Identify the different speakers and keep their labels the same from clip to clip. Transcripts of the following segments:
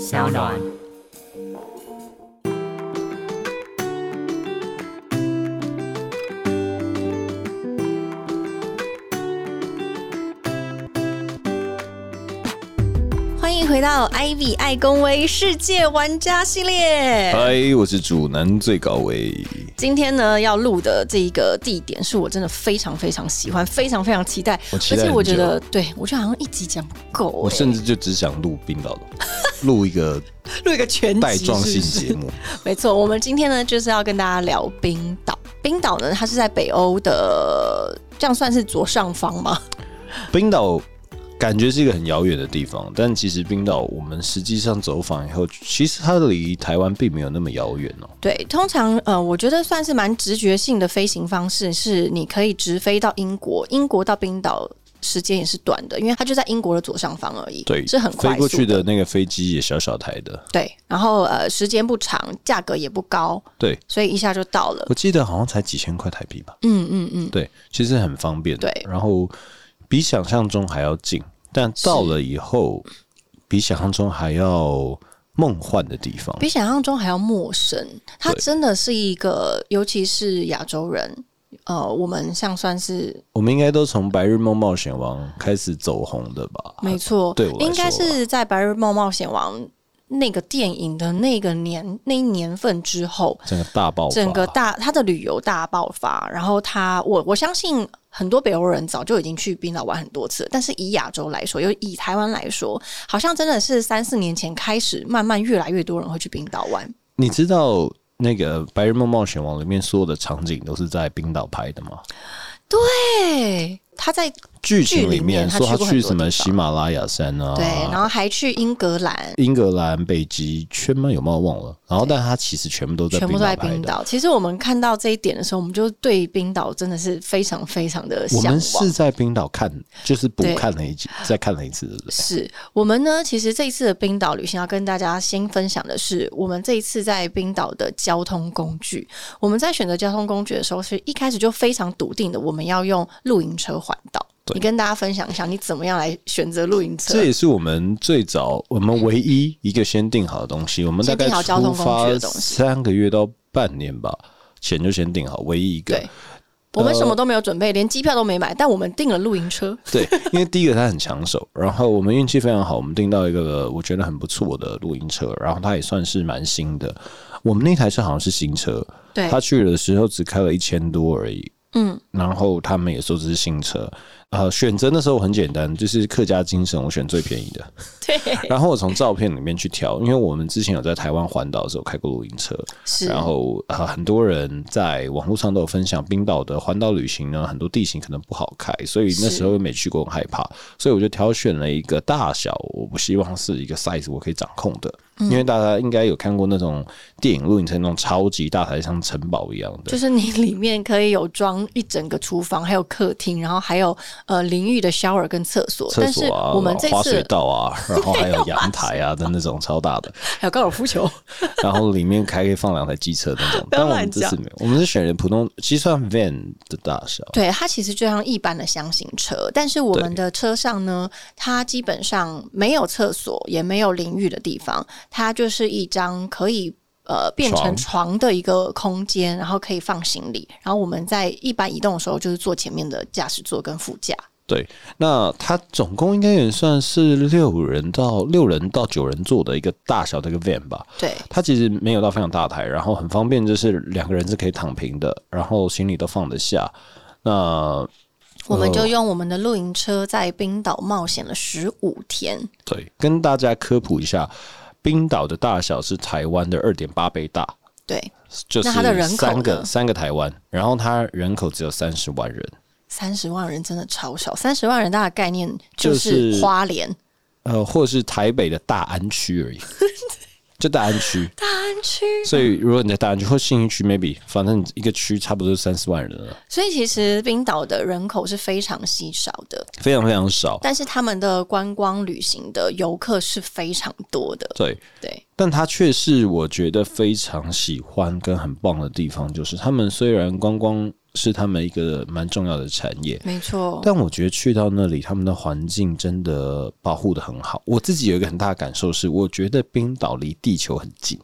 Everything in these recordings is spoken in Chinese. Speaker 1: 小暖。
Speaker 2: 欢迎回到 Ivy 爱公威世界玩家系列。
Speaker 3: 嗨，我是主男最高位。
Speaker 2: 今天呢，要录的这一个地点是我真的非常非常喜欢，非常非常期待，
Speaker 3: 我期待
Speaker 2: 而且我
Speaker 3: 很久
Speaker 2: 觉得，对我觉得好像一集讲不够、
Speaker 3: 我
Speaker 2: 欸
Speaker 3: 甚至就只想录冰 岛的，录一个
Speaker 2: 录一个全集
Speaker 3: 带状
Speaker 2: 是
Speaker 3: 性
Speaker 2: 不是
Speaker 3: 节目。
Speaker 2: 没错，我们今天呢就是要跟大家聊冰岛。冰岛呢，它是在北欧的，这样算是左上方吗？
Speaker 3: 冰岛感觉是一个很遥远的地方，但其实冰岛我们实际上走访以后，其实它离台湾并没有那么遥远哦。
Speaker 2: 对，通常呃，我觉得算是蛮直觉性的飞行方式，是你可以直飞到英国，英国到冰岛时间也是短的，因为它就在英国的左上方而已，
Speaker 3: 对，
Speaker 2: 是很快
Speaker 3: 飞过去
Speaker 2: 速
Speaker 3: 的。那个飞机也小小台的。
Speaker 2: 对，然后呃，时间不长，价格也不高，
Speaker 3: 对，
Speaker 2: 所以一下就到了。
Speaker 3: 我记得好像才几千块台币吧。
Speaker 2: 嗯嗯嗯，
Speaker 3: 对，其实很方便。
Speaker 2: 对
Speaker 3: 然后比想象中还要近，但到了以后，比想象中还要梦幻的地方。
Speaker 2: 比想象中还要陌生。它
Speaker 3: 对
Speaker 2: 真的是一个，尤其是亚洲人，呃，我们像算是
Speaker 3: 我们应该都从《白日梦冒险王》开始走红的吧？
Speaker 2: 没错，
Speaker 3: 对我来说啊
Speaker 2: 应该是在《白日梦冒险王》那个电影的那个年那一年份之后，
Speaker 3: 整个大爆发，
Speaker 2: 整个大他的旅游大爆发。然后他，我我相信很多北欧人早就已经去冰岛玩很多次了，但是以亚洲来说，又以台湾来说，好像真的是三四年前开始，慢慢越来越多人会去冰岛玩。
Speaker 3: 你知道那个《白日梦冒险王》里面所有的场景都是在冰岛拍的吗？
Speaker 2: 对，他在
Speaker 3: 剧情
Speaker 2: 剧
Speaker 3: 里面说
Speaker 2: 里面他去
Speaker 3: 他
Speaker 2: 过很多地方
Speaker 3: 去什么喜马拉雅山啊，
Speaker 2: 对，然后还去英格兰。
Speaker 3: 英格兰、北极圈吗？有没有忘了？然后，但他其实全部都在
Speaker 2: 全部都在
Speaker 3: 拍
Speaker 2: 冰
Speaker 3: 的。
Speaker 2: 岛。其实我们看到这一点的时候，我们就对冰岛真的是非常非常的
Speaker 3: 我
Speaker 2: 向
Speaker 3: 们
Speaker 2: 往
Speaker 3: 是。在冰岛看，就是补
Speaker 2: 对
Speaker 3: 看了一集，再看了一次，对不对？
Speaker 2: 是我们呢，其实这一次的冰岛旅行要跟大家先分享的是，我们这一次在冰岛的交通工具。我们在选择交通工具的时候，是一开始就非常笃定的，我们要用露营车环岛。
Speaker 3: 对
Speaker 2: 你跟大家分享一下，你怎么样来选择露营车？
Speaker 3: 这也是我们最早，我们唯一一个先定好的东西。我们大
Speaker 2: 嗯先
Speaker 3: 概
Speaker 2: 定好交
Speaker 3: 出
Speaker 2: 通工具
Speaker 3: 发
Speaker 2: 的东西
Speaker 3: 三个月到半年吧，前就先定好，唯一一个
Speaker 2: 对。，我们什么都没有准备，连机票都没买，但我们订了露营车。
Speaker 3: 对，因为第一个它很抢手，然后我们运气非常好，我们订到一个我觉得很不错的露营车，然后它也算是蛮新的。我们那台车好像是新车，
Speaker 2: 对，
Speaker 3: 他去的时候只开了一千多而已。
Speaker 2: 嗯，
Speaker 3: 然后他们也说这是新车，呃，选择那时候很简单，就是客家精神，我选最便宜的。
Speaker 2: 对，
Speaker 3: 然后我从照片里面去挑，因为我们之前有在台湾环岛的时候开过露营车，
Speaker 2: 是。
Speaker 3: 然后呃很多人在网络上都有分享，冰岛的环岛旅行呢，很多地形可能不好开，所以那时候又没去过，很害怕，所以我就挑选了一个大小，我不希望是一个 size 我可以掌控的，
Speaker 2: 嗯
Speaker 3: 因为大家应该有看过那种电影露营车那种超级大台，像城堡一样的，
Speaker 2: 就是你里面可以有装一整个厨房，还有客厅，然后还有呃淋浴的 shower 跟厕所。
Speaker 3: 厕
Speaker 2: 但是
Speaker 3: 所啊，
Speaker 2: 我们这
Speaker 3: 滑水
Speaker 2: 次
Speaker 3: 道啊，然后还有阳台 啊的那种超大的，
Speaker 2: 还有高尔夫球，
Speaker 3: 然后里面还可以放两台机车那种。
Speaker 2: 不要
Speaker 3: 但我
Speaker 2: 乱
Speaker 3: 们这次
Speaker 2: 讲
Speaker 3: 没有，我们是选的普通，其实算 van 的大小。
Speaker 2: 对，它其实就像一般的箱型车，但是我们的车上呢，它基本上没有厕所，也没有淋浴的地方，它就是一张可以。呃，变成
Speaker 3: 床
Speaker 2: 床的一个空间，然后可以放行李。然后我们在一般移动的时候，就是坐前面的驾驶座跟副驾。
Speaker 3: 对，那它总共应该也算是六人到六人到九人座的一个大小的一个 van 吧。
Speaker 2: 对，
Speaker 3: 它其实没有到非常大台，然后很方便，就是两个人是可以躺平的，然后行李都放得下。那
Speaker 2: 我们就
Speaker 3: 呃
Speaker 2: 用我们的露营车在冰岛冒险了十五天。
Speaker 3: 对，跟大家科普一下，冰岛的大小是台湾的二点八倍大。
Speaker 2: 对，
Speaker 3: 就是
Speaker 2: 那它的人口
Speaker 3: 三
Speaker 2: 呢
Speaker 3: 个三个台湾，然后它人口只有三十万人，
Speaker 2: 三十万人真的超少，三十万人大的概念就
Speaker 3: 就是
Speaker 2: 是花莲、
Speaker 3: 呃，或是台北的大安 区而已，就大安区。
Speaker 2: 大安区。
Speaker 3: 所以如果你在大安区或信义区，maybe 反正一个区差不多三十万人了，
Speaker 2: 所以其实冰岛的人口是非常稀少的，
Speaker 3: 非常非常少。
Speaker 2: 但是他们的观光旅行的游客是非常多的。
Speaker 3: 对，
Speaker 2: 对，
Speaker 3: 但它却是我觉得非常喜欢跟很棒的地方，就是他们虽然观光是他们一个蛮重要的产业。
Speaker 2: 没错，
Speaker 3: 但我觉得去到那里，他们的环境真的保护的很好。我自己有一个很大的感受是，我觉得冰岛离地球很近。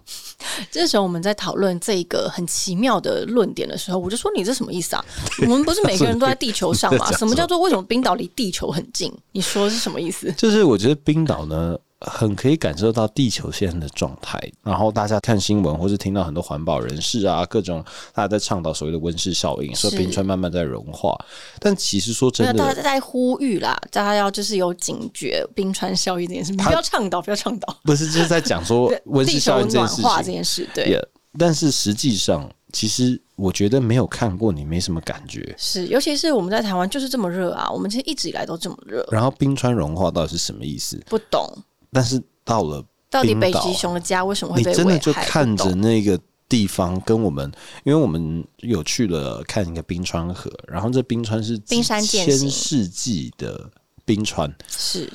Speaker 2: 这时候我们在讨论这个很奇妙的论点的时候，我就说你这什么意 思啊？我们不是每个人都在地球上
Speaker 3: 他
Speaker 2: 吗？
Speaker 3: 说
Speaker 2: 什么叫做为什么冰岛离地球很近？你说是什么意思？
Speaker 3: 就是我觉得冰岛呢，很可以感受到地球现在的状态。然后大家看新闻或是听到很多环保人士啊，各种大家在倡导所谓的温室效应，说
Speaker 2: 是
Speaker 3: 冰川慢慢在融化。但其实说
Speaker 2: 那
Speaker 3: 真
Speaker 2: 大
Speaker 3: 的，
Speaker 2: 家在呼吁啦，大家要就是有警觉冰川效应这件事，不要倡导，不要倡导
Speaker 3: 不是就是在讲说温室
Speaker 2: 地球
Speaker 3: 效应这件
Speaker 2: 暖
Speaker 3: 事
Speaker 2: 化
Speaker 3: 情
Speaker 2: 这。件事，对
Speaker 3: Yeah，但是实际上，其实我觉得没有看过，你没什么感觉。
Speaker 2: 是，尤其是我们在台湾就是这么热啊，我们其实一直以来都这么热，
Speaker 3: 然后冰川融化到底是什么意思？
Speaker 2: 不懂
Speaker 3: 但是到了
Speaker 2: 到底
Speaker 3: 冰岛
Speaker 2: 北极熊的家为什么会
Speaker 3: 你
Speaker 2: 被
Speaker 3: 真
Speaker 2: 危
Speaker 3: 的就
Speaker 2: 害，
Speaker 3: 看
Speaker 2: 不懂
Speaker 3: 着那个地方跟我们，因为我们有去了看一个冰川河，然后这冰川是
Speaker 2: 冰山
Speaker 3: 几
Speaker 2: 见
Speaker 3: 千
Speaker 2: 行
Speaker 3: 世纪的冰川，
Speaker 2: 是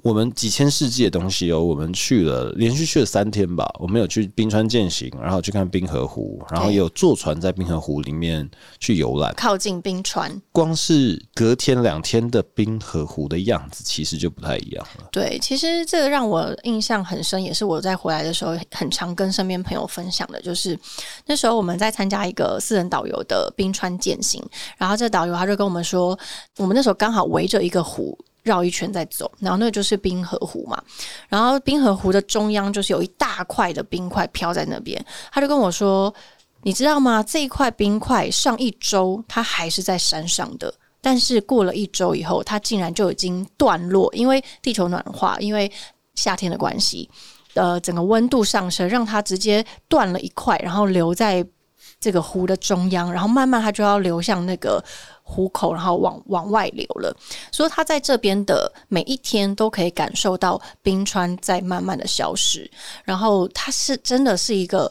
Speaker 3: 我们几千世纪的东西哦，我们去了，连续去了三天吧。我们有去冰川践行，然后去看冰河湖，然后
Speaker 2: 对
Speaker 3: 也有坐船在冰河湖里面去游览。
Speaker 2: 靠近冰川。
Speaker 3: 光是隔天两天的冰河湖的样子，其实就不太一样了。
Speaker 2: 对，其实这个让我印象很深，也是我在回来的时候很常跟身边朋友分享的，就是那时候我们在参加一个私人导游的冰川践行，然后这导游他就跟我们说，我们那时候刚好围着一个湖。绕一圈再走，然后那个就是冰河湖嘛。然后冰河湖的中央就是有一大块的冰块飘在那边，他就跟我说：“你知道吗？这一块冰块上一周它还是在山上的，但是过了一周以后，它竟然就已经断落，因为地球暖化，因为夏天的关系，呃，整个温度上升，让它直接断了一块，然后留在这个湖的中央，然后慢慢它就要流向那个湖口，然后往往外流了。所以它在这边的每一天都可以感受到冰川在慢慢的消失，然后它是真的是一个，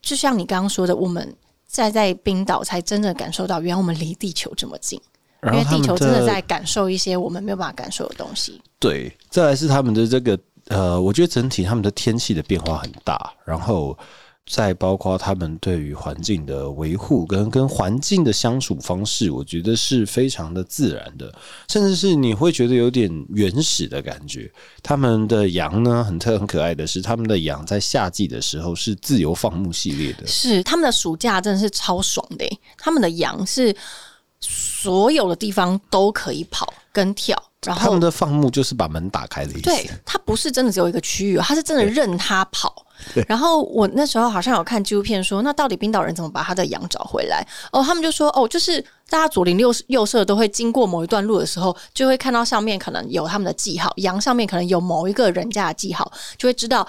Speaker 2: 就像你刚刚说的，我们。在在冰岛才真正感受到，原来我们离地球这么近。
Speaker 3: 然
Speaker 2: 因
Speaker 3: 后
Speaker 2: 为
Speaker 3: 他
Speaker 2: 地
Speaker 3: 们
Speaker 2: 球真的在感受一些我们没有办法感受的东西。
Speaker 3: 对，再来是他们的这个呃，我觉得整体他们的天气的变化很大，然后再包括他们对于环境的维护跟跟环境的相处方式，我觉得是非常的自然的，甚至是你会觉得有点原始的感觉。他们的羊呢，很特很可爱的是，他们的羊在夏季的时候是自由放牧系列的，
Speaker 2: 是他们的暑假真的是超爽的欸、他们的羊是所有的地方都可以跑跟跳，然
Speaker 3: 他
Speaker 2: 后
Speaker 3: 们的放牧就是把门打开的意思。
Speaker 2: 对它不是真的只有一个区域哦，它是真的任它跑。然后我那时候好像有看纪录片说，那到底冰岛人怎么把他的羊找回来？哦，他们就说哦，就是大家左邻右右舍都会经过某一段路的时候，就会看到上面可能有他们的记号，羊上面可能有某一个人家的记号，就会知道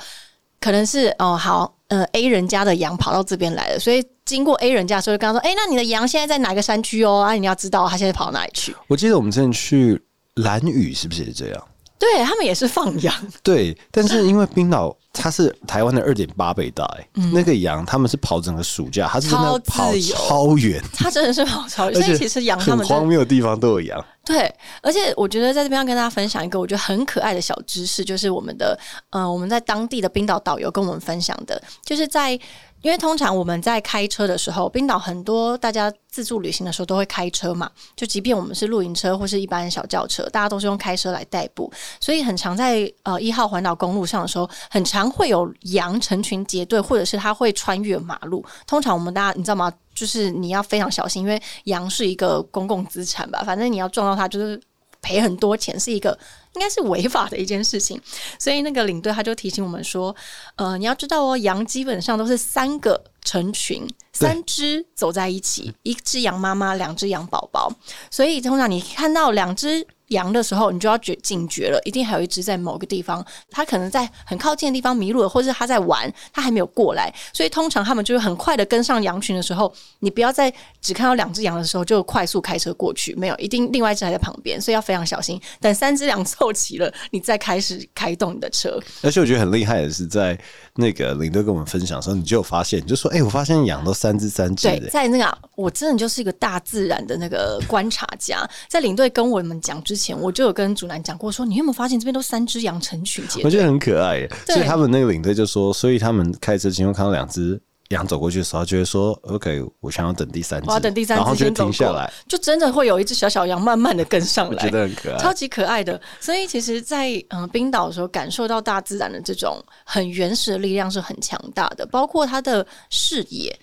Speaker 2: 可能是哦好，呃 A 人家的羊跑到这边来了，所以经过 A 人家的时候就跟他说，哎，那你的羊现在在哪个山区哦？啊，你要知道它现在跑到哪里去。
Speaker 3: 我记得我们之前去蓝屿，是不是也这样？
Speaker 2: 对他们也是放羊，
Speaker 3: 对，但是因为冰岛它是台湾的二点八倍大、欸，那个羊他们是跑整个暑假，它是真的跑
Speaker 2: 嗯超自由
Speaker 3: 超远，
Speaker 2: 它真的是跑超，
Speaker 3: 而
Speaker 2: 所
Speaker 3: 且
Speaker 2: 以其实羊他
Speaker 3: 很
Speaker 2: 们真的
Speaker 3: 荒谬的地方都有羊。
Speaker 2: 对，而且我觉得在这边要跟大家分享一个我觉得很可爱的小知识，就是我们的呃，我们在当地的冰岛导游跟我们分享的，就是在。因为通常我们在开车的时候，冰岛很多大家自助旅行的时候都会开车嘛，就即便我们是露营车或是一般小轿车，大家都是用开车来代步，所以很常在呃一号环岛公路上的时候，很常会有羊成群结队，或者是它会穿越马路。通常我们大家你知道吗？就是你要非常小心，因为羊是一个公共资产吧，反正你要撞到它就是赔很多钱，是一个应该是违法的一件事情。所以那个领队他就提醒我们说，呃，你要知道哦，羊基本上都是三个成群，三只走在一起，一只羊妈妈，两只羊宝宝。所以通常你看到两只羊的时候，你就要觉警觉了，一定还有一只在某个地方，它可能在很靠近的地方迷路了，或是它在玩，它还没有过来。所以通常他们就是很快的跟上羊群的时候，你不要在只看到两只羊的时候就快速开车过去，没有，一定另外一只还在旁边，所以要非常小心。等三只羊凑齐了，你再开始开动你的车。
Speaker 3: 而且我觉得很厉害的是，在那个领队跟我们分享的时候，你就有发现，你就说：“哎、我发现羊都三只三只欸
Speaker 2: 对，
Speaker 3: 的、
Speaker 2: 在那个我真的就是一个大自然的那个观察家。在领队跟我们讲之前，我就有跟主男讲过说，你有没有发现这边都三只羊成群结
Speaker 3: 我
Speaker 2: 队？
Speaker 3: 觉得很可爱耶。欸
Speaker 2: 对
Speaker 3: 所以他们那个领队就说，所以他们开车经过看到两只羊走过去的时候，就会说 OK，我想要等第三只，
Speaker 2: 我要等第三
Speaker 3: 然后
Speaker 2: 只
Speaker 3: 就
Speaker 2: 先走
Speaker 3: 停下
Speaker 2: 过
Speaker 3: 来，，
Speaker 2: 就真的会有一只小小羊慢慢的跟上
Speaker 3: 我
Speaker 2: 来，
Speaker 3: 觉得很可爱
Speaker 2: 超。级可爱的。所以其实在，呃冰岛的时候，感受到大自然的这种很原始的力量是很强大的，包括它的视野。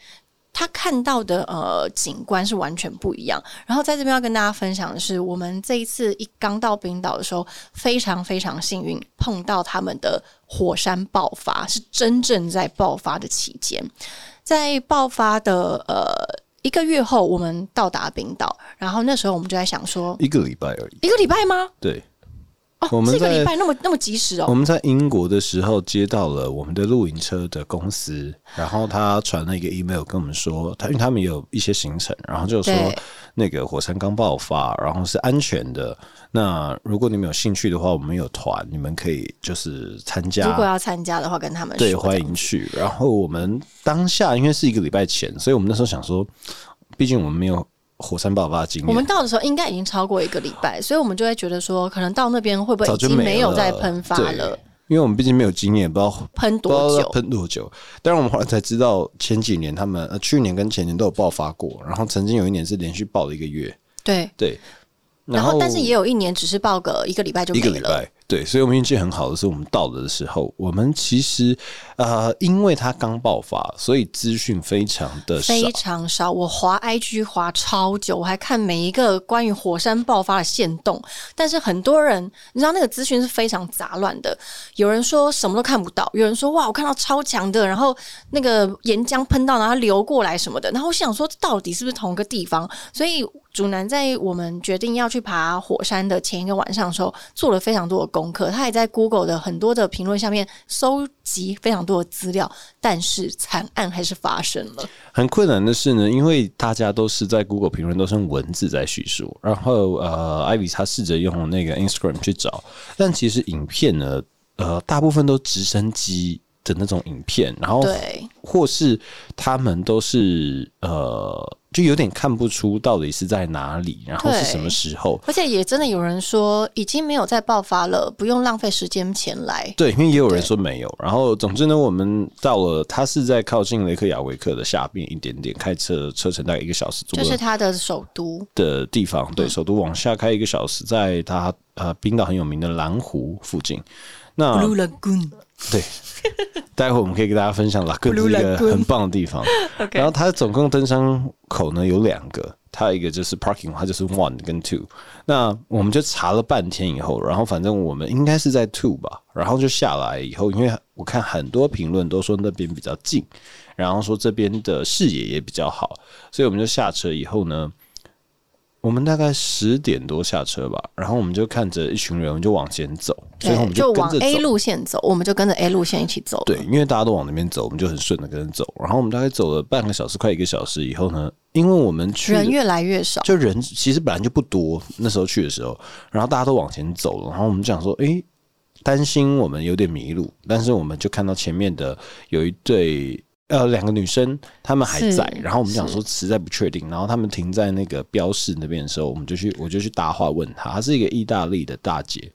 Speaker 2: 他看到的呃景观是完全不一样。然后在这边要跟大家分享的是，我们这一次一刚到冰岛的时候，非常非常幸运碰到他们的火山爆发，是真正在爆发的期间。在爆发的呃一个月后，我们到达冰岛，然后那时候我们就在想说，
Speaker 3: 一个礼拜而已，
Speaker 2: 一个礼拜吗？
Speaker 3: 对。
Speaker 2: 哦，
Speaker 3: 我们
Speaker 2: 这个
Speaker 3: 在
Speaker 2: 礼拜那么那么及时
Speaker 3: 我
Speaker 2: 哦，
Speaker 3: 们在英国的时候接到了我们的露营车的公司，然后他传了一个 email 跟我们说，他因为他们有一些行程，然后就说
Speaker 2: 对
Speaker 3: 那个火山刚爆发，然后是安全的。那如果你们有兴趣的话，我们有团，你们可以就是参加。
Speaker 2: 如果要参加的话，跟他们
Speaker 3: 对，
Speaker 2: 说
Speaker 3: 欢
Speaker 2: 的。
Speaker 3: 迎去。然后我们当下因为是一个礼拜前，所以我们那时候想说，毕竟我们没有火山爆发的经验，
Speaker 2: 我们到的时候应该已经超过一个礼拜，所以我们就会觉得说，可能到那边会不会
Speaker 3: 早
Speaker 2: 已
Speaker 3: 就
Speaker 2: 经没有
Speaker 3: 了
Speaker 2: 在喷发
Speaker 3: 对
Speaker 2: 了，
Speaker 3: 因为我们毕竟没有经验，不知道
Speaker 2: 喷
Speaker 3: 不知道
Speaker 2: 多
Speaker 3: 要
Speaker 2: 久？
Speaker 3: 喷多久？当然，我们后来才知道，前几年他们、呃、去年跟前年都有爆发过，然后曾经有一年是连续爆了一个月，
Speaker 2: 对。
Speaker 3: 对。
Speaker 2: 然
Speaker 3: 后，
Speaker 2: 后，但是也有一年只是报个一个礼拜就
Speaker 3: 一个
Speaker 2: 没
Speaker 3: 礼
Speaker 2: 了。
Speaker 3: 拜，对，所以我们运气很好的是，我们到了的时候，我们其实呃，因为它刚爆发，所以资讯非常的少。
Speaker 2: 非常少，我滑 IG 滑超久，我还看每一个关于火山爆发的线动。但是很多人，你知道那个资讯是非常杂乱的，有人说什么都看不到，有人说哇，我看到超强的，然后那个岩浆喷到，然后流过来什么的。然后我想说，到底是不是同一个地方？所以主男在我们决定要去爬火山的前一个晚上的时候，做了非常多的功课，他也在 Google 的很多的评论下面搜集非常多的资料，但是惨案还是发生了。
Speaker 3: 很困难的是呢，因为大家都是在 Google 评论都是用文字在叙述，然后呃，艾比他试着用那个 Instagram 去找，但其实影片呢，呃，大部分都直升机的那种影片，然后
Speaker 2: 对
Speaker 3: 或是他们都是呃，就有点看不出到底是在哪里，然后是
Speaker 2: 对
Speaker 3: 什么时候。
Speaker 2: 而且也真的有人说已经没有再爆发了，不用浪费时间前来。
Speaker 3: 对，因为也有人说没有。然后，总之呢，我们到了，它是在靠近雷克雅维克的下边一点点，开车车程大概一个小时左
Speaker 2: 就
Speaker 3: 右
Speaker 2: 是他的首都，
Speaker 3: 的地方，对，首都往下开一个小时，在它呃冰岛很有名的蓝湖附近。那
Speaker 2: Blue Lagoon。
Speaker 3: 对，待会我们可以给大家分享拉根是一个
Speaker 2: Lagoon
Speaker 3: 很棒的地方。
Speaker 2: OK，
Speaker 3: 然后它总共登山口呢有两个，它一个就是 parking，它就是 one 跟 two。那我们就查了半天以后，然后反正我们应该是在 two 吧，然后就下来以后，因为我看很多评论都说那边比较近，然后说这边的视野也比较好，所以我们就下车以后呢。我们大概十点多下车吧，然后我们就看着一群人，我们就往前走，最后
Speaker 2: 对，
Speaker 3: 我们
Speaker 2: 就
Speaker 3: 跟
Speaker 2: 往
Speaker 3: 着走。
Speaker 2: A 路线走，我们就跟着 A 路线一起走。
Speaker 3: 对，，因为大家都往那边走，我们就很顺的跟着走。然后我们大概走了半个小时，快一个小时以后呢，因为我们去的
Speaker 2: 人越来越少。
Speaker 3: 就人其实本来就不多，那时候去的时候，然后大家都往前走了，然后我们就想说，诶，担心我们有点迷路，但是我们就看到前面的有一对。呃，两个女生，她们还
Speaker 2: 是
Speaker 3: 在，然后我们想说实在不确定，然后她们停在那个标示那边的时候，我们就去，我就去搭话问她，她是一个意大利的大姐，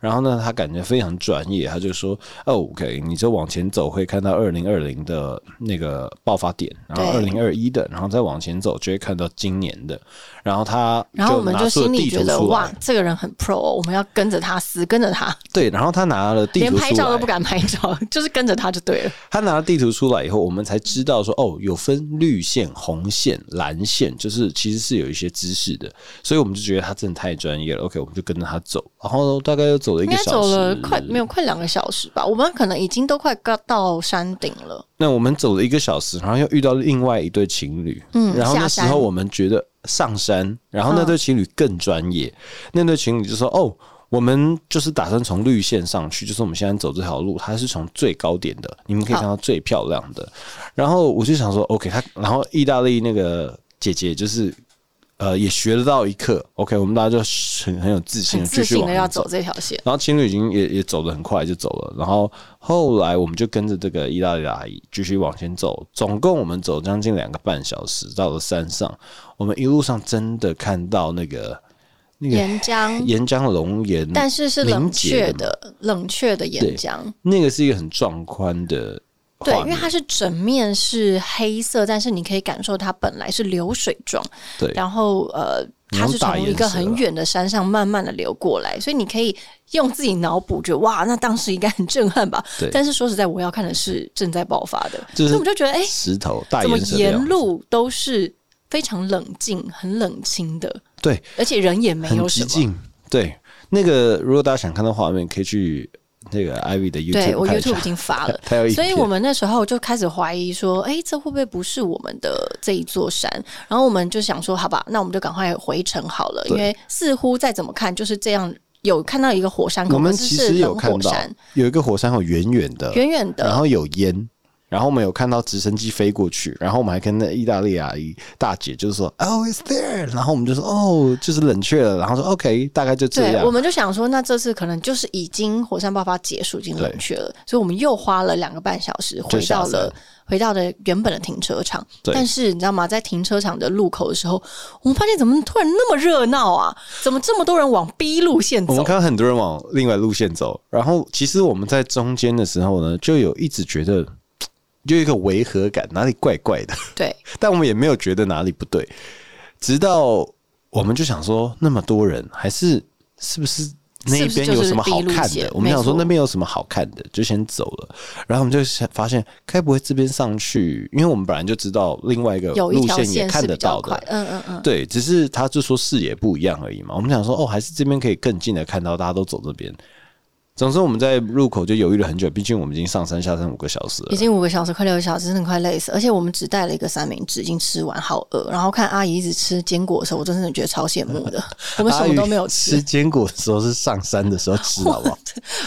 Speaker 3: 然后呢，她感觉非常专业，她就说，哦，OK，你就往前走会看到二零二零的那个爆发点，然后二
Speaker 2: 对
Speaker 3: 零二一的，然后再往前走就会看到今年的，然后他
Speaker 2: 然后我们
Speaker 3: 拿
Speaker 2: 就
Speaker 3: 出了
Speaker 2: 心里
Speaker 3: 地图
Speaker 2: 觉得
Speaker 3: 出来
Speaker 2: 哇，这个人很 pro，、哦、我们要跟着他，死跟着他，
Speaker 3: 对，然后他拿了地
Speaker 2: 连
Speaker 3: 图
Speaker 2: 拍
Speaker 3: 出
Speaker 2: 照都不
Speaker 3: 来，
Speaker 2: 敢拍照，就是跟着他就对了。
Speaker 3: 他拿了地图出来以后，我们才知道说哦，有分绿线、红线、蓝线，就是其实是有一些知识的，所以我们就觉得他真的太专业了。OK，我们就跟着他走，然后大概又走了一
Speaker 2: 应
Speaker 3: 个
Speaker 2: 该
Speaker 3: 小
Speaker 2: 走
Speaker 3: 时，
Speaker 2: 了快没有快两个小时吧，我们可能已经都快到到山顶了。
Speaker 3: 那我们走了一个小时，然后又遇到另外一对情侣，
Speaker 2: 嗯
Speaker 3: 然后那时
Speaker 2: 下
Speaker 3: 候
Speaker 2: 山
Speaker 3: 我们觉得上山，然后那对情侣更专业，
Speaker 2: 嗯
Speaker 3: 那对情侣就说：“哦，我们就是打算从绿线上去，就是我们现在走这条路，它是从最高点的，你们可以
Speaker 2: 好
Speaker 3: 看到最漂亮的。”然后我就想说：“OK，他，然后意大利那个姐姐就是。”呃，也学得到一课。OK，我们大家就很很有自信
Speaker 2: 很
Speaker 3: 地
Speaker 2: 自
Speaker 3: 继续
Speaker 2: 信
Speaker 3: 往
Speaker 2: 的
Speaker 3: 前
Speaker 2: 要
Speaker 3: 走
Speaker 2: 走这条线，
Speaker 3: 然后情侣已经也也走得很快就走了，然后后来我们就跟着这个意大利的阿姨继续往前走，总共我们走将近两个半小时，到了山上，我们一路上真的看到那个那个
Speaker 2: 岩浆，
Speaker 3: 岩浆熔岩，
Speaker 2: 但是是
Speaker 3: 凝
Speaker 2: 冷
Speaker 3: 结
Speaker 2: 却
Speaker 3: 的
Speaker 2: 的冷却的岩浆。
Speaker 3: 那个是一个很壮观的
Speaker 2: 对，
Speaker 3: 画
Speaker 2: 因为
Speaker 3: 面
Speaker 2: 它是整面是黑色，但是你可以感受它本来是流水状，
Speaker 3: 对
Speaker 2: 然后呃，
Speaker 3: 你
Speaker 2: 它
Speaker 3: 用
Speaker 2: 是
Speaker 3: 大
Speaker 2: 从
Speaker 3: 颜
Speaker 2: 一个
Speaker 3: 色
Speaker 2: 很
Speaker 3: 啦
Speaker 2: 远的山上慢慢的流过来，所以你可以用自己脑补，觉得哇，那当时应该很震撼吧
Speaker 3: 对？
Speaker 2: 但是说实在，我要看的是正在爆发的，
Speaker 3: 就是
Speaker 2: 所以我就觉得，哎、
Speaker 3: 石头大
Speaker 2: 怎么
Speaker 3: 岩石的
Speaker 2: 沿
Speaker 3: 样子
Speaker 2: 路都是非常冷静、很冷清的，
Speaker 3: 对，
Speaker 2: 而且人也没
Speaker 3: 很
Speaker 2: 有什
Speaker 3: 激
Speaker 2: 么。
Speaker 3: 进。对，那个如果大家想看到画面，可以去那个 Ivy 的 YouTube
Speaker 2: 对我
Speaker 3: 看一下，
Speaker 2: YouTube 已经发了
Speaker 3: 它有影
Speaker 2: 所
Speaker 3: 片
Speaker 2: 以我们那时候就开始怀疑说，哎、这会不会不是我们的这一座山？然后我们就想说，好吧，那我们就赶快回城好了，因
Speaker 3: 对
Speaker 2: 为似乎再怎么看就是这样，有看到一个火山口，
Speaker 3: 嗯我们
Speaker 2: 可是
Speaker 3: 其
Speaker 2: 是
Speaker 3: 实有
Speaker 2: 冷
Speaker 3: 看
Speaker 2: 火
Speaker 3: 到
Speaker 2: 山
Speaker 3: 有一个火山口远远的，
Speaker 2: 远远
Speaker 3: 然
Speaker 2: 的，
Speaker 3: 后有烟，然后我们有看到直升机飞过去，然后我们还跟那意大利阿姨大姐就是说，Oh, it's there，然后我们就说，哦，就是冷却了，然后说，OK，大概就这
Speaker 2: 对，
Speaker 3: 样
Speaker 2: 我。们就想说，那这次可能就是已经火山爆发结束，已经冷却了，所以我们又花了两个半小时回到
Speaker 3: 就下
Speaker 2: 了
Speaker 3: 山
Speaker 2: 回到了原本的停车场。
Speaker 3: 对
Speaker 2: 但是你知道吗？在停车场的路口的时候，我们发现怎么突然那么热闹啊？怎么这么多人往 B 路线
Speaker 3: 我
Speaker 2: 走啊
Speaker 3: 们？看到很多人往另外路线走，然后其实我们在中间的时候呢，就有一直觉得就有一个违和感，哪里怪怪的，
Speaker 2: 对，
Speaker 3: 但我们也没有觉得哪里不对，直到我们就想说，那么多人，还是是不是那一边有什么好
Speaker 2: 是不
Speaker 3: 看
Speaker 2: 是就是
Speaker 3: 的？
Speaker 2: 闭路
Speaker 3: 我们想说
Speaker 2: 没错
Speaker 3: 那边有什么好看的，就先走了。然后我们就想发现，该不会这边上去？因为我们本来就知道另外一个
Speaker 2: 有一
Speaker 3: 呃路
Speaker 2: 条
Speaker 3: 也
Speaker 2: 线
Speaker 3: 看
Speaker 2: 是
Speaker 3: 得
Speaker 2: 比较
Speaker 3: 到
Speaker 2: 快
Speaker 3: 的，，
Speaker 2: 嗯嗯嗯，
Speaker 3: 对，只是他就说视野不一样而已嘛。我们想说，哦，还是这边可以更近的看到，大家都走这边。总之，我们在入口就犹豫了很久，毕竟我们已经上山下山五个小时
Speaker 2: 已
Speaker 3: 了。
Speaker 2: 经五个小时，快六个小时，真的快累死。而且我们只带了一个三明治，已经吃完，好饿。然后看阿姨一直吃坚果的时候，我真的觉得超羡慕 的。我
Speaker 3: 我
Speaker 2: 们什么都没有吃，
Speaker 3: 吃坚果的时候是上山的时候 吃，好不好？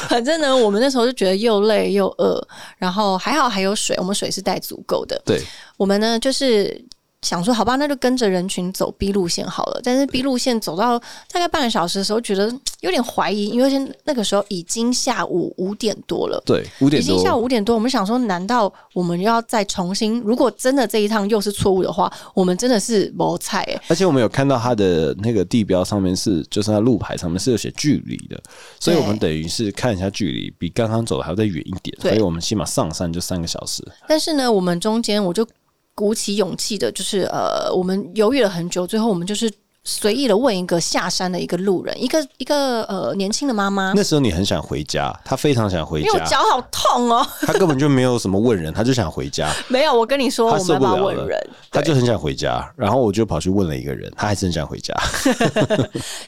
Speaker 2: 反正呢，我们那时候就觉得又累又饿，然后还好还有水，我们水是带足够的。
Speaker 3: 对，
Speaker 2: 我们呢就是想说，好吧，那就跟着人群走 B 路线好了。但是 B 路线走到大概半个小时的时候，觉得嗯有点怀疑，因为现那个时候已经下午五点多了。
Speaker 3: 对，五
Speaker 2: 已
Speaker 3: 点
Speaker 2: 经下
Speaker 3: 多
Speaker 2: 午五点多，我们想说，难道我们要再重新？如果真的这一趟又是错误的话，我们真的是谋菜哎、
Speaker 3: 而且我们有看到它的那个地标上面是，就是它路牌上面是有写距离的，所以我们等于是看一下距离，比刚刚走的还要再远一点，
Speaker 2: 对
Speaker 3: 所以我们起码上山就三个小时。
Speaker 2: 但是呢，我们中间我就鼓起勇气的，就是呃，我们犹豫了很久，最后我们就是随意的问一个下山的一个路人，一个一个呃年轻的妈妈，
Speaker 3: 那时候你很想回家，他非常想回
Speaker 2: 因为我
Speaker 3: 家，
Speaker 2: 脚好痛哦。
Speaker 3: 他根本就没有什么问人，他就想回家，
Speaker 2: 没有，我跟你说，
Speaker 3: 他
Speaker 2: 我
Speaker 3: 受
Speaker 2: 们
Speaker 3: 不
Speaker 2: 要
Speaker 3: 了
Speaker 2: 问
Speaker 3: 了
Speaker 2: 人，
Speaker 3: 他
Speaker 2: 对，
Speaker 3: 就很想回家。然后我就跑去问了一个人，他还是很想回家，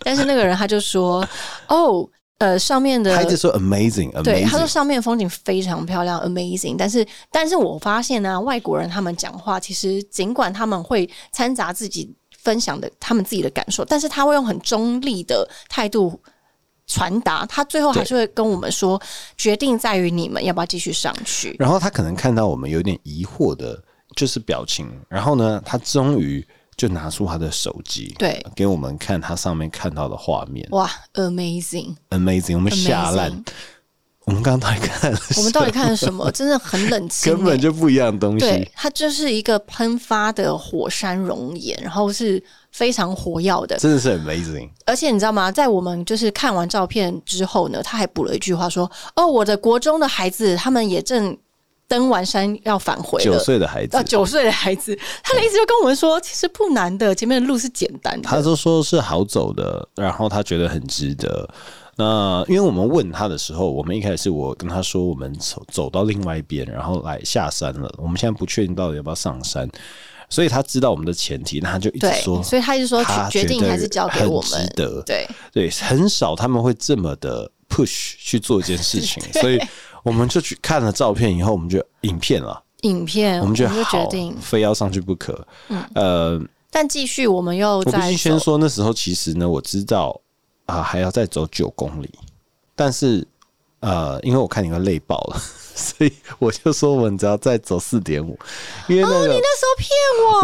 Speaker 2: 但是那个人他就说，哦，呃，上面的
Speaker 3: 他一直说 amazing
Speaker 2: 对，他说
Speaker 3: amazing，
Speaker 2: 上面风景非常漂亮，amazing。但是，但是我发现呢、外国人他们讲话，其实尽管他们会掺杂自己分享的他们自己的感受，但是他会用很中立的态度传达。他最后还是会跟我们说，决定在于你们要不要继续上去。
Speaker 3: 然后他可能看到我们有点疑惑的，就是表情，然后呢，他终于就拿出他的手机，
Speaker 2: 对，
Speaker 3: 给我们看他上面看到的画面
Speaker 2: 哇，amazing！
Speaker 3: ，amazing，我们
Speaker 2: Amazing
Speaker 3: 吓烂。我们刚刚到底看了
Speaker 2: 我们到底看了什 么？真的很冷清、欸，
Speaker 3: 根本就不一样的东
Speaker 2: 对
Speaker 3: 西，，
Speaker 2: 它就是一个喷发的火山熔岩，然后是非常火药的，
Speaker 3: 真的是 amazing。
Speaker 2: 而且你知道吗？在我们就是看完照片之后呢，他还补了一句话说：“哦，我的国中的孩子，他们也正登完山要返回
Speaker 3: 九
Speaker 2: 了。”
Speaker 3: 岁的孩子
Speaker 2: 啊，，九岁的孩子，他的意思就跟我们说，其实不难的，前面的路是简单的。
Speaker 3: 他就说是好走的，然后他觉得很值得。那因为我们问他的时候，我们一开始我跟他说，我们走走到另外一边，然后来下山了。我们现在不确定到底要不要上山，所以他知道我们的前提，那他就一直
Speaker 2: 对，
Speaker 3: 说，
Speaker 2: 所以他就说
Speaker 3: 他
Speaker 2: 决定
Speaker 3: 觉得
Speaker 2: 还是交给我
Speaker 3: 很
Speaker 2: 们
Speaker 3: 值。得，
Speaker 2: 对，
Speaker 3: 对，很少他们会这么的 push 去做一件 事情，所以我们就去看了照片以后，我们就影片了，
Speaker 2: 影片
Speaker 3: 我们觉得
Speaker 2: 就决
Speaker 3: 好
Speaker 2: 定，，嗯
Speaker 3: 非要上去不可。呃，
Speaker 2: 但继续我们又
Speaker 3: 我必
Speaker 2: 在
Speaker 3: 须先
Speaker 2: 走
Speaker 3: 说，那时候其实呢，我知道啊、还要再走九公里，但是呃，因为我看你快累爆了， 所以我就说我们只要再走四点五，因为那个、
Speaker 2: 哦那时候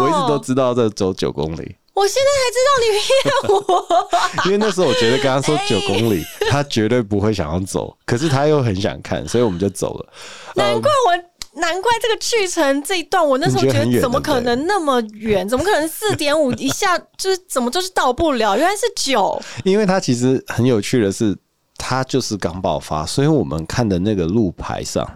Speaker 2: 骗我，
Speaker 3: 我一直都知道在走九公里，
Speaker 2: 我现在才知道你骗我。
Speaker 3: 因为那时候我觉得跟他
Speaker 2: 哎
Speaker 3: 说九公里，他绝对不会想要走，可是他又很想看，所以我们就走了。
Speaker 2: 难怪我，难怪这个去程这一段，我那时候
Speaker 3: 你
Speaker 2: 觉
Speaker 3: 觉得很
Speaker 2: 得
Speaker 3: 远
Speaker 2: 怎么
Speaker 3: 对不对
Speaker 2: 可能那 么远？怎么可能四点五一下就是怎么就是到不了？原来是 九，
Speaker 3: 因为他其实很有趣的是，他就是刚爆发，所以我们看的那个路牌上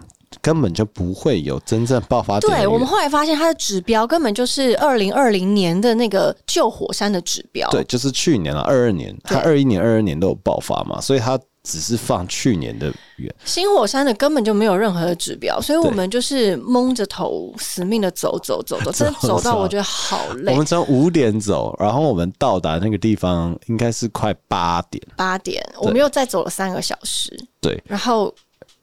Speaker 3: 根本就不会有真正爆发点的
Speaker 2: 对
Speaker 3: 原
Speaker 2: 我们
Speaker 3: 因
Speaker 2: 后来发现，它的指标根本就是二零二零年的那个旧火山的指标。
Speaker 3: 对，就是去年啊，二二年，它二一年、二二年都有爆发嘛，所以它只是放去年的远。
Speaker 2: 新火山的根本就没有任何的指标，所以我
Speaker 3: 对
Speaker 2: 们就是蒙着头死命的走走 走走，真的走到我觉得好
Speaker 3: 我
Speaker 2: 累
Speaker 3: 们。从五点走，然后我们到达那个地方应该是快八点。
Speaker 2: 八点，我们又再走了三个小时，
Speaker 3: 对，
Speaker 2: 然后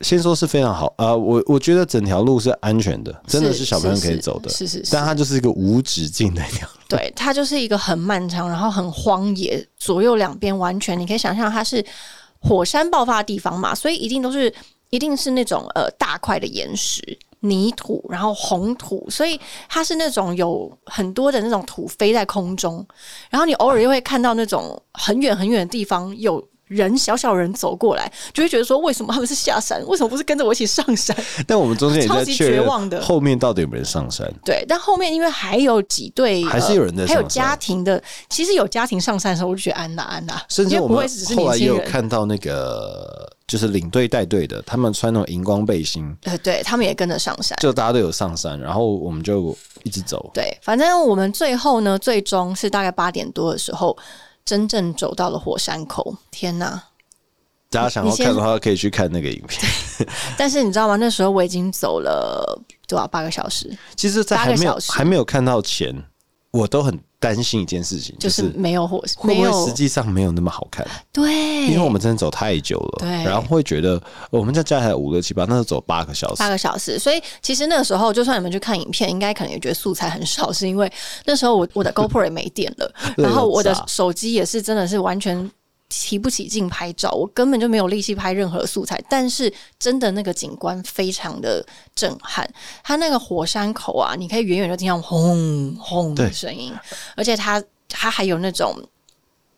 Speaker 3: 先说是非常好啊、呃我我觉得整条路是安全的，真的是小朋友可以走的，
Speaker 2: 是是是
Speaker 3: 但它就是一个无止境的一条。
Speaker 2: 对，它就是一个很漫长，然后很荒野，左右两边完全你可以想象它是火山爆发的地方嘛，所以一定都是一定是那种呃大块的岩石、泥土，然后红土，所以它是那种有很多的那种土飞在空中，然后你偶尔又会看到那种很远很远的地方有。人小小人走过来，就会觉得说，为什么他们是下山？为什么不是跟着我一起上山？
Speaker 3: 但我们中间也
Speaker 2: 超
Speaker 3: 在
Speaker 2: 级
Speaker 3: 确
Speaker 2: 绝
Speaker 3: 认
Speaker 2: 望的
Speaker 3: 后面到底有没有人上山。
Speaker 2: 对，但后面因为还有几对，
Speaker 3: 还是有人在
Speaker 2: 呃还有
Speaker 3: 上山
Speaker 2: 家庭的。其实有家庭上山的时候，我就觉得安啦安啦，
Speaker 3: 甚至
Speaker 2: 因为
Speaker 3: 我
Speaker 2: 不
Speaker 3: 们
Speaker 2: 会只是
Speaker 3: 后
Speaker 2: 年
Speaker 3: 来也
Speaker 2: 轻
Speaker 3: 有
Speaker 2: 人。
Speaker 3: 看到那个就是领队带队的，他们穿那种荧光背心，
Speaker 2: 呃，对他们也跟着上山。
Speaker 3: 就大家都有上山，然后我们就一直走。
Speaker 2: 对，反正我们最后呢，最终是大概八点多的时候，真正走到了火山口。天哪！
Speaker 3: 大家想要
Speaker 2: 你先
Speaker 3: 看的话，可以去看那个影片。
Speaker 2: 但是你知道吗？那时候我已经走了多少八个小时，
Speaker 3: 其实，在
Speaker 2: 八
Speaker 3: 还
Speaker 2: 个
Speaker 3: 没有
Speaker 2: 小时
Speaker 3: 还没有看到前，我都很担心一件事情，
Speaker 2: 就是是没有火，
Speaker 3: 会
Speaker 2: 没
Speaker 3: 不会
Speaker 2: 有
Speaker 3: 实际上没有那么好看？
Speaker 2: 对，
Speaker 3: 因为我们真的走太久了，
Speaker 2: 对
Speaker 3: 然后会觉得哦我们在家还有五六七八，那是走八个小时
Speaker 2: 八，个小时，所以其实那个时候，就算你们去看影片，应该可能也觉得素材很少，是因为那时候我 我的 GoPro 也没电了，
Speaker 3: 累
Speaker 2: 然后
Speaker 3: 到
Speaker 2: 我的
Speaker 3: 炸
Speaker 2: 手机也是真的是完全提不起劲拍照，我根本就没有力气拍任何素材。但是真的那个景观非常的震撼，它那个火山口啊，你可以远远就听到轰轰的
Speaker 3: 对
Speaker 2: 声音，而且它它还有那种。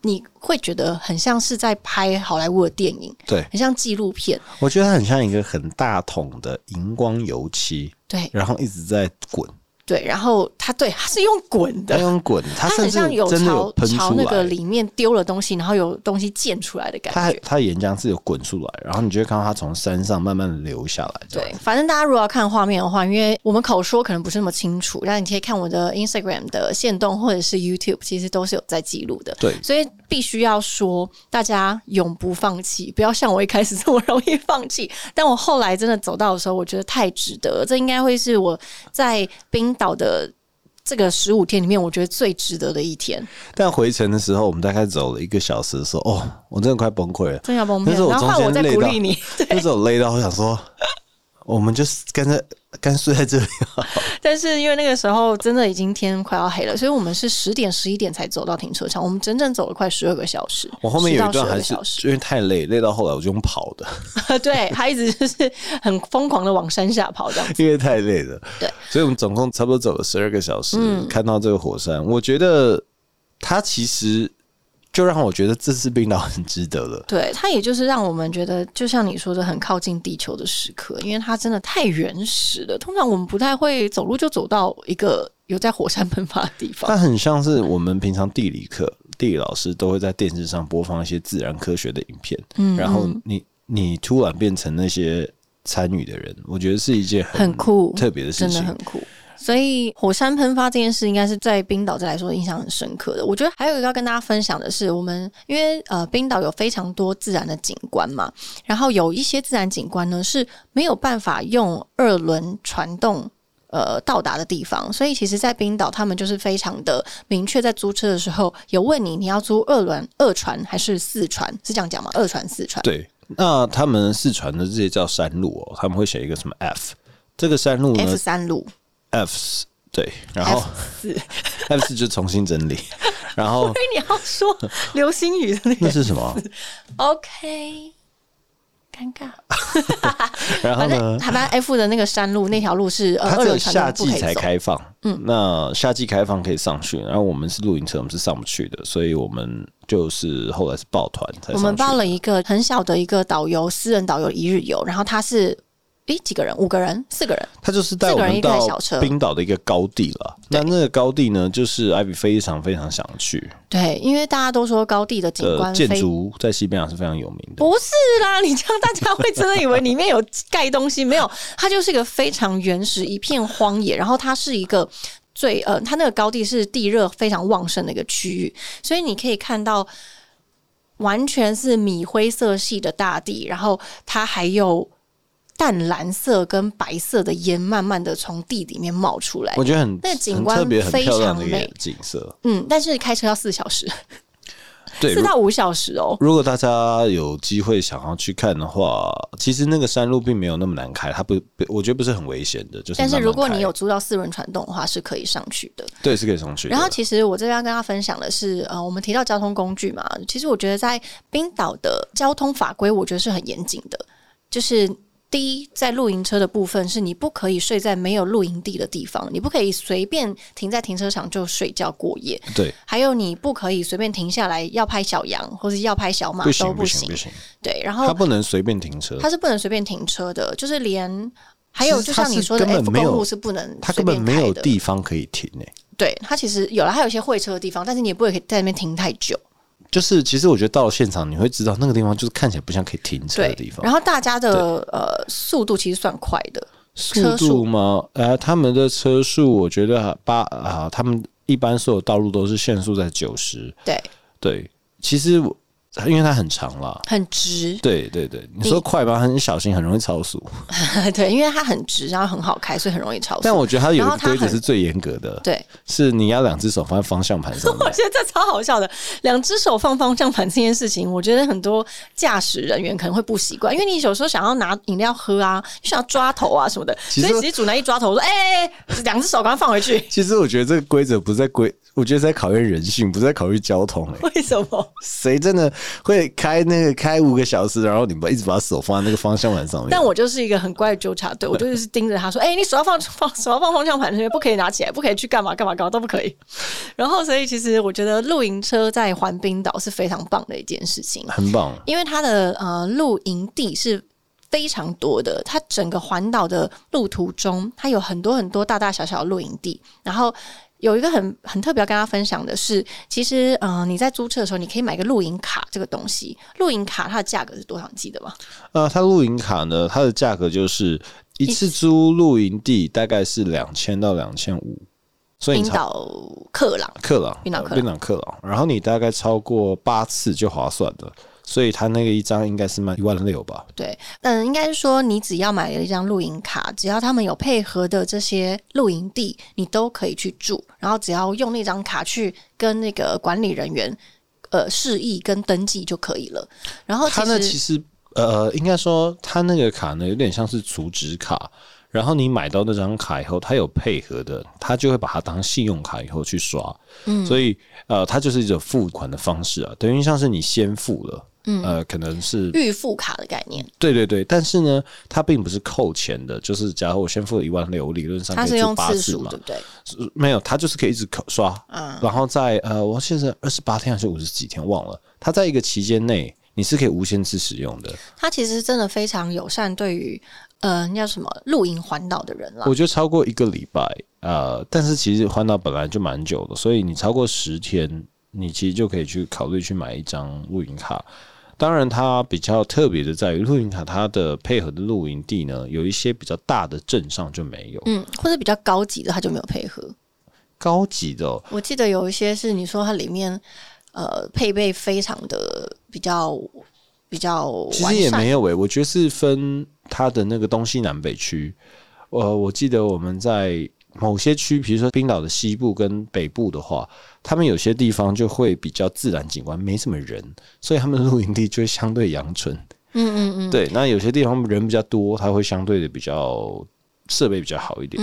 Speaker 2: 你会觉得很像是在拍好莱坞的电影，
Speaker 3: 对
Speaker 2: 很像纪录片，
Speaker 3: 我觉得它很像一个很大桶的荧光油漆，
Speaker 2: 对
Speaker 3: 然后一直在滚，
Speaker 2: 对。然后它对它是用滚的
Speaker 3: 它，用滚，哦它
Speaker 2: 它
Speaker 3: 甚
Speaker 2: 很
Speaker 3: 至
Speaker 2: 像有
Speaker 3: 真的
Speaker 2: 朝
Speaker 3: 有喷
Speaker 2: 朝
Speaker 3: 出
Speaker 2: 那个
Speaker 3: 来。
Speaker 2: 里面丢了东西，然后有东西溅出来的感
Speaker 3: 它
Speaker 2: 觉。
Speaker 3: 它岩浆是有滚出来，然后你就会看到它从山上慢慢地流下来。这样
Speaker 2: 对，，反正大家如果要看画面的话，因为我们口说可能不是那么清楚，但你可以看我的 Instagram 的线动或者是 YouTube，其实都是有在记录的。
Speaker 3: 对
Speaker 2: 所以必须要说，大家永不放弃，不要像我一开始这么容易放弃。但我后来真的走到的时候，我觉得太值得了，这应该会是我在冰岛的这个十五天里面，我觉得最值得的一天。
Speaker 3: 但回程的时候，我们大概走了一个小时的时候，哦，我真的快崩溃了。
Speaker 2: 真的要崩
Speaker 3: 但
Speaker 2: 溃
Speaker 3: 是，我
Speaker 2: 然后
Speaker 3: 中
Speaker 2: 换我再
Speaker 3: 间累
Speaker 2: 鼓
Speaker 3: 到
Speaker 2: 励你。
Speaker 3: 那时候累到，我想说，我们就是干脆干脆 在这里。
Speaker 2: 但是因为那个时候真的已经天快要黑了，所以我们是十点十一点才走到停车场，我们整整走了快十二个小时。
Speaker 3: 我后面有一段
Speaker 2: 10到12
Speaker 3: 还
Speaker 2: 个
Speaker 3: 是
Speaker 2: 小时，
Speaker 3: 因为太累，累到后来我就用跑的，
Speaker 2: 对，他一直就是很疯狂的往山下跑 这样。
Speaker 3: 因为太累了。
Speaker 2: 对，嗯
Speaker 3: 所以我们总共差不多走了十二个小时，看到这个火山，我觉得它其实就让我觉得这次冰岛很值得了。
Speaker 2: 对，它也就是让我们觉得，就像你说的，很靠近地球的时刻，因为它真的太原始了。通常我们不太会走路就走到一个有在火山喷发的地方
Speaker 3: 它。很像是我们平常地理课，地理老师都会在电视上播放一些自然科学的影片，
Speaker 2: 嗯
Speaker 3: 然后你你突然变成那些参与的人，我觉得是一件
Speaker 2: 很酷
Speaker 3: 特别的事
Speaker 2: 真的
Speaker 3: 情
Speaker 2: 很。酷。所以火山喷发这件事，应该是在冰岛这来说印象很深刻的。我觉得还有一个要跟大家分享的是，我们因为呃冰岛有非常多自然的景观嘛，然后有一些自然景观呢是没有办法用二轮传动。呃，到达的地方，所以其实，在冰岛，他们就是非常的明确，在租车的时候有问你，你要租二轮、二船还是四船？是这样讲吗？二船、四船？
Speaker 3: 对，那他们四传的这些叫山路哦，他们会写一个什么 F，这个山路呢
Speaker 2: ，F 三路
Speaker 3: F 是对，然后
Speaker 2: ，F 四。
Speaker 3: F 是就重新整理，然后
Speaker 2: 所以你要说流星雨的那
Speaker 3: 那
Speaker 2: 个
Speaker 3: 是什么？
Speaker 2: OK，尴尬。
Speaker 3: 然后
Speaker 2: 反
Speaker 3: 呢
Speaker 2: 正？台湾 F 的那个山路那条路是呃二
Speaker 3: 它只有
Speaker 2: 轮船
Speaker 3: 夏
Speaker 2: 都不
Speaker 3: 季
Speaker 2: 可以
Speaker 3: 才
Speaker 2: 走。
Speaker 3: 开放，嗯，那夏季开放可以上去，然后我们是露营车，我们是上不去的，所以我们就是后来是抱团才上去。
Speaker 2: 我们报了一个很小的一个导游，私人导游一日游，然后他是诶几个人？五个人？四个人？
Speaker 3: 他就是带我
Speaker 2: 四
Speaker 3: 们
Speaker 2: 个人一
Speaker 3: 到
Speaker 2: 台小车
Speaker 3: 冰岛的一个高地了。那那个高地呢，就是艾比非常非常想去
Speaker 2: 对，因为大家都说高地的景
Speaker 3: 的
Speaker 2: 观
Speaker 3: 呃建
Speaker 2: 非
Speaker 3: 筑，在西班牙是非常有名的。
Speaker 2: 不是啦，你这样大家会真的以为里面有盖东西，没有， 它就是一个非常原始一片荒野，然后它是一个。最呃，它那个高地是地热非常旺盛的一个区域，所以你可以看到完全是米灰色系的大地，然后它还有淡蓝色跟白色的烟慢慢的从地里面冒出来
Speaker 3: 我。觉得很
Speaker 2: 那个景
Speaker 3: 很
Speaker 2: 观
Speaker 3: 特别、很
Speaker 2: 非
Speaker 3: 漂亮
Speaker 2: 常
Speaker 3: 的一
Speaker 2: 美
Speaker 3: 个景色。
Speaker 2: 嗯，但是开车要四小时，
Speaker 3: 对，
Speaker 2: 四
Speaker 3: 如
Speaker 2: 到五小时哦。
Speaker 3: 如果大家有机会想要去看的话，其实那个山路并没有那么难开，它不，不我觉得不是很危险的，就是
Speaker 2: 但
Speaker 3: 慢慢开。
Speaker 2: 是如果你有租到四轮传动的话，是可以上去的。
Speaker 3: 对，是可以上去的。
Speaker 2: 然后其实我这边要跟大家分享的是，呃，我们提到交通工具嘛，其实我觉得在冰岛的交通法规，我觉得是很严谨的，就是。第一，在露营车的部分，是你不可以睡在没有露营地的地方，你不可以随便停在停车场就睡觉过夜，
Speaker 3: 对，
Speaker 2: 还有你不可以随便停下来要拍小羊或是要拍小马
Speaker 3: 不
Speaker 2: 都
Speaker 3: 行不
Speaker 2: 行
Speaker 3: 行。不行，
Speaker 2: 对，然
Speaker 3: 它
Speaker 2: 后
Speaker 3: 不能随便停车，
Speaker 2: 它是不能随便停车的，就是连还有
Speaker 3: 其
Speaker 2: 就
Speaker 3: 实它
Speaker 2: 像你
Speaker 3: 是
Speaker 2: 说的
Speaker 3: 根本
Speaker 2: F
Speaker 3: 没
Speaker 2: 公
Speaker 3: 有
Speaker 2: 路是不能
Speaker 3: 它
Speaker 2: 随
Speaker 3: 根本
Speaker 2: 便
Speaker 3: 没
Speaker 2: 开
Speaker 3: 有
Speaker 2: 的
Speaker 3: 地方可以停欸诶、
Speaker 2: 对，它其实有了，它有一些会车的地方，但是你也不会可以在那边停太久。
Speaker 3: 就是其实我觉得到了现场，你会知道那个地方就是看起来不像可以停车的地方
Speaker 2: 然。后大家的呃速度其实算快的，
Speaker 3: 速
Speaker 2: 车
Speaker 3: 度
Speaker 2: 速
Speaker 3: 吗？呃，他们的车速我觉得八啊、他们一般所有道路都是限速在九十。
Speaker 2: 对，
Speaker 3: 对，其实我因为它很长啦。
Speaker 2: 很直，
Speaker 3: 对对对，你说快吧，很小心，很容易超速。
Speaker 2: 对，因为它很直，然后很好开，所以很容易超速。
Speaker 3: 但我觉得它
Speaker 2: 然
Speaker 3: 有
Speaker 2: 后
Speaker 3: 一个
Speaker 2: 它
Speaker 3: 规则
Speaker 2: 很
Speaker 3: 是最严格的，
Speaker 2: 对，
Speaker 3: 是你要两只手放在方向盘 上
Speaker 2: 我
Speaker 3: 面。
Speaker 2: 觉得这超好笑的，两只手放方向盘这件事情，我觉得很多驾驶人员可能会不习惯，因为你有时候想要拿饮料喝啊，就想要抓头啊什么的，
Speaker 3: 其
Speaker 2: 所
Speaker 3: 实，
Speaker 2: 以其实主男一抓头，我说哎，哎哎两只手赶快放回去
Speaker 3: 其实我觉得这个规则不是在规，我觉得在考验人性，不是在考虑交通、欸。
Speaker 2: 为什么？
Speaker 3: 谁真的会开那个开五个小时，然后你把一直把手放在那个方向盘上面？
Speaker 2: 但我就是一个很乖的纠察队，我就是盯着他说：“哎、你手要放 放手要放方向盘那边，不可以拿起来，不可以去干嘛干嘛干嘛都不可以。” 然后，所以其实我觉得露营车在环冰岛是非常棒的一件事情，
Speaker 3: 很棒，
Speaker 2: 因为它的呃露营地是。非常多的，它整个环岛的路途中，它有很多很多大大小小的露营地。然后有一个很很特别要跟大家分享的是，其实呃你在租车的时候，你可以买个露营卡这个东西。露营卡它的价格是多少？你记得吗？
Speaker 3: 呃，它露营卡呢，它的价格就是一次租露营地大概是两千到两千五，所以你
Speaker 2: 冰
Speaker 3: 超
Speaker 2: 岛克朗，
Speaker 3: 克朗，
Speaker 2: 冰岛克朗
Speaker 3: 呃冰岛克朗，然后你大概超过八次就划算了，所以它那个一张应该是卖一万六吧，
Speaker 2: 对，嗯，应该是说你只要买了一张露营卡，只要他们有配合的这些露营地，你都可以去住，然后只要用那张卡去跟那个管理人员呃示意跟登记就可以了。然后
Speaker 3: 它呢
Speaker 2: 哦其
Speaker 3: 其
Speaker 2: 实
Speaker 3: 实呃，应该说它那个卡呢有点像是储值卡。然后你买到那张卡以后，它有配合的，它就会把它当信用卡以后去刷，嗯、所以呃，它就是一种付款的方式啊，等于像是你先付了，嗯、呃，可能是
Speaker 2: 预付卡的概念，
Speaker 3: 对对对，但是呢，它并不是扣钱的，就是假如我先付了一万六，我理论上
Speaker 2: 它
Speaker 3: 可
Speaker 2: 是
Speaker 3: 以付
Speaker 2: 用
Speaker 3: 八
Speaker 2: 次
Speaker 3: 嗯次
Speaker 2: 数，嗯
Speaker 3: 嘛
Speaker 2: 对，不对？
Speaker 3: 是没有，它就是可以一直扣刷，然后在呃，我现在二十八天还是五十几天忘了，它在一个期间内你是可以无限次使用的，
Speaker 2: 它其实真的非常友善，对于呃那叫什么露营环岛的人啦。
Speaker 3: 我觉得超过一个礼拜，呃，但是其实环岛本来就蛮久的，所以你超过十天，你其实就可以去考虑去买一张露营卡。当然，它比较特别的在于露营卡，它的配合的露营地呢，有一些比较大的镇上就没有。
Speaker 2: 嗯，或者比较高级的，他就没有配合。
Speaker 3: 高级的、哦，
Speaker 2: 我记得有一些是你说它里面呃配备非常的比较比较
Speaker 3: 其
Speaker 2: 完
Speaker 3: 实也
Speaker 2: 善，
Speaker 3: 没有欸诶、我觉得是分它的那个东西南北区。呃，我记得我们在某些区，比如说冰岛的西部跟北部的话，他们有些地方就会比较自然景观，没什么人，所以他们的露营地就会相对阳春。
Speaker 2: 嗯嗯嗯。
Speaker 3: 对，那有些地方人比较多，它会相对的比较设备比较好一点。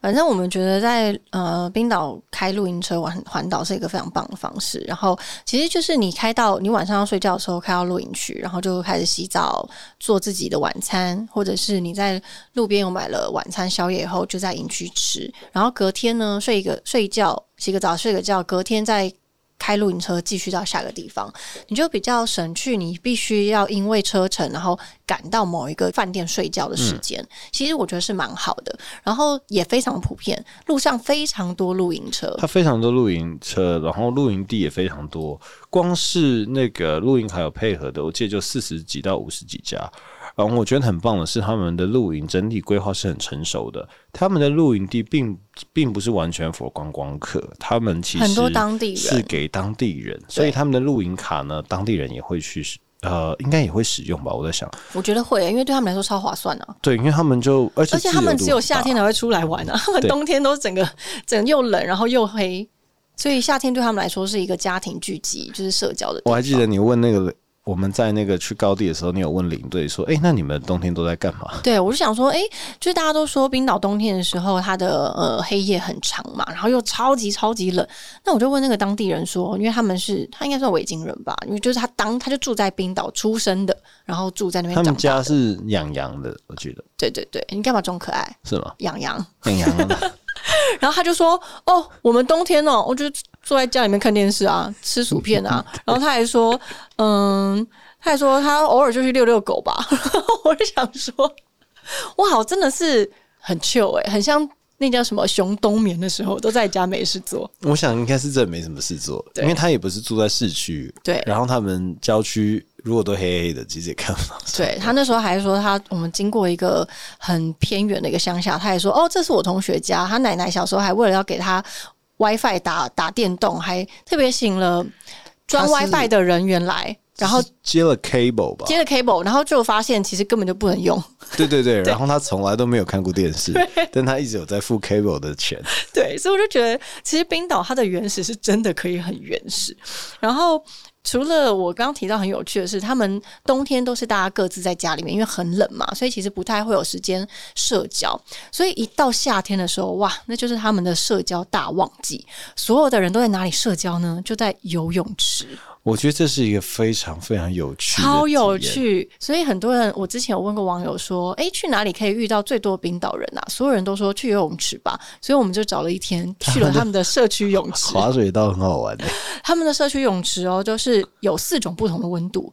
Speaker 2: 反正我们觉得在呃冰岛开露营车环环岛是一个非常棒的方式。然后其实就是你开到你晚上要睡觉的时候开到露营区，然后就开始洗澡，做自己的晚餐，或者是你在路边有买了晚餐宵夜以后就在营区吃，然后隔天呢睡一个睡一觉，洗个澡睡个觉，隔天再。开露营车继续到下个地方，你就比较省去你必须要因为车程然后赶到某一个饭店睡觉的时
Speaker 3: 嗯
Speaker 2: 间。其实我觉得是蛮好的，然后也非常普遍，路上非常多露营车。
Speaker 3: 它非常多露营车，然后露营地也非常多。光是那个露营还有配合的，我记得就四十几到五十几家。然后我觉得很棒的是，他们的露营整体规划是很成熟的。他们的露营地并并不是完全 for 观光客，他们其实
Speaker 2: 很多当地人
Speaker 3: 是给当地人，所以他们的露营卡呢，当地人也会去使，呃，应该也会使用吧。我在想，
Speaker 2: 我觉得会，因为对他们来说超划算啊。
Speaker 3: 对，因为他们就而且
Speaker 2: 而且他们
Speaker 3: 自
Speaker 2: 只有
Speaker 3: 由度很
Speaker 2: 夏
Speaker 3: 大
Speaker 2: 天才会出来玩啊，他们
Speaker 3: 对
Speaker 2: 冬天都整个整又冷，然后又黑，所以夏天对他们来说是一个家庭聚集，就是社交的地方。
Speaker 3: 我还记得你问那个我们在那个去高地的时候，你有问领队说：“哎、那你们冬天都在干嘛
Speaker 2: 对，我就想说，哎、就是大家都说冰岛冬天的时候，它的呃黑夜很长嘛，然后又超级超级冷。那我就问那个当地人说，因为他们是他应该算维京人吧，因为就是他当他就住在冰岛出生的，然后住在那？”边
Speaker 3: 他
Speaker 2: 长
Speaker 3: 们
Speaker 2: 大。
Speaker 3: 家是养羊的，我记得
Speaker 2: 对对对，你干嘛装可爱？
Speaker 3: 是吗？
Speaker 2: 养羊，
Speaker 3: 养羊的，
Speaker 2: 然后他就说：“哦，我们冬天哦，我就坐在家里面看电视啊，吃薯片 啊。”然后他还说：“嗯，他还说他偶尔就去遛遛狗吧。” 我就想说，哇，真的是很 chill 哎、很像那叫什么熊冬眠的时候，都在家没事做。
Speaker 3: 我想应该是真的没什么事做，
Speaker 2: 对
Speaker 3: 因为他也不是住在市区，
Speaker 2: 对
Speaker 3: 然后他们郊区如果都黑黑的，其实也看不到什么。
Speaker 2: 对他那时候还说他我们经过一个很偏远的一个乡下，他还说哦，这是我同学家，他奶奶小时候还为了要给他 WiFi 打打电动，还特别请了装
Speaker 3: 他是
Speaker 2: WiFi 的人员来， 然后
Speaker 3: 是接了 cable 吧，
Speaker 2: 接了 cable，然后就发现其实根本就不能用。
Speaker 3: 对对对，然后他从来都没有看过电视，但他一直有在付 cable 的钱。
Speaker 2: 对，所以我就觉得其实冰岛它的原始是真的可以很原始。然后除了我刚刚提到很有趣的是，他们冬天都是大家各自在家里面，因为很冷嘛，所以其实不太会有时间社交。所以一到夏天的时候，哇，那就是他们的社交大旺季。所有的人都在哪里社交呢？就在游泳池。
Speaker 3: 我觉得这是一个非常非常有趣，
Speaker 2: 超有。趣。所以很多人，我之前有问过网友说，诶，去哪里可以遇到最多冰岛人啊？所有人都说去游泳池吧，所以我们就找了一天去了他们的社区泳 池。
Speaker 3: 滑水道很好玩的，
Speaker 2: 他们的社区泳池哦，就是有四种不同的温度，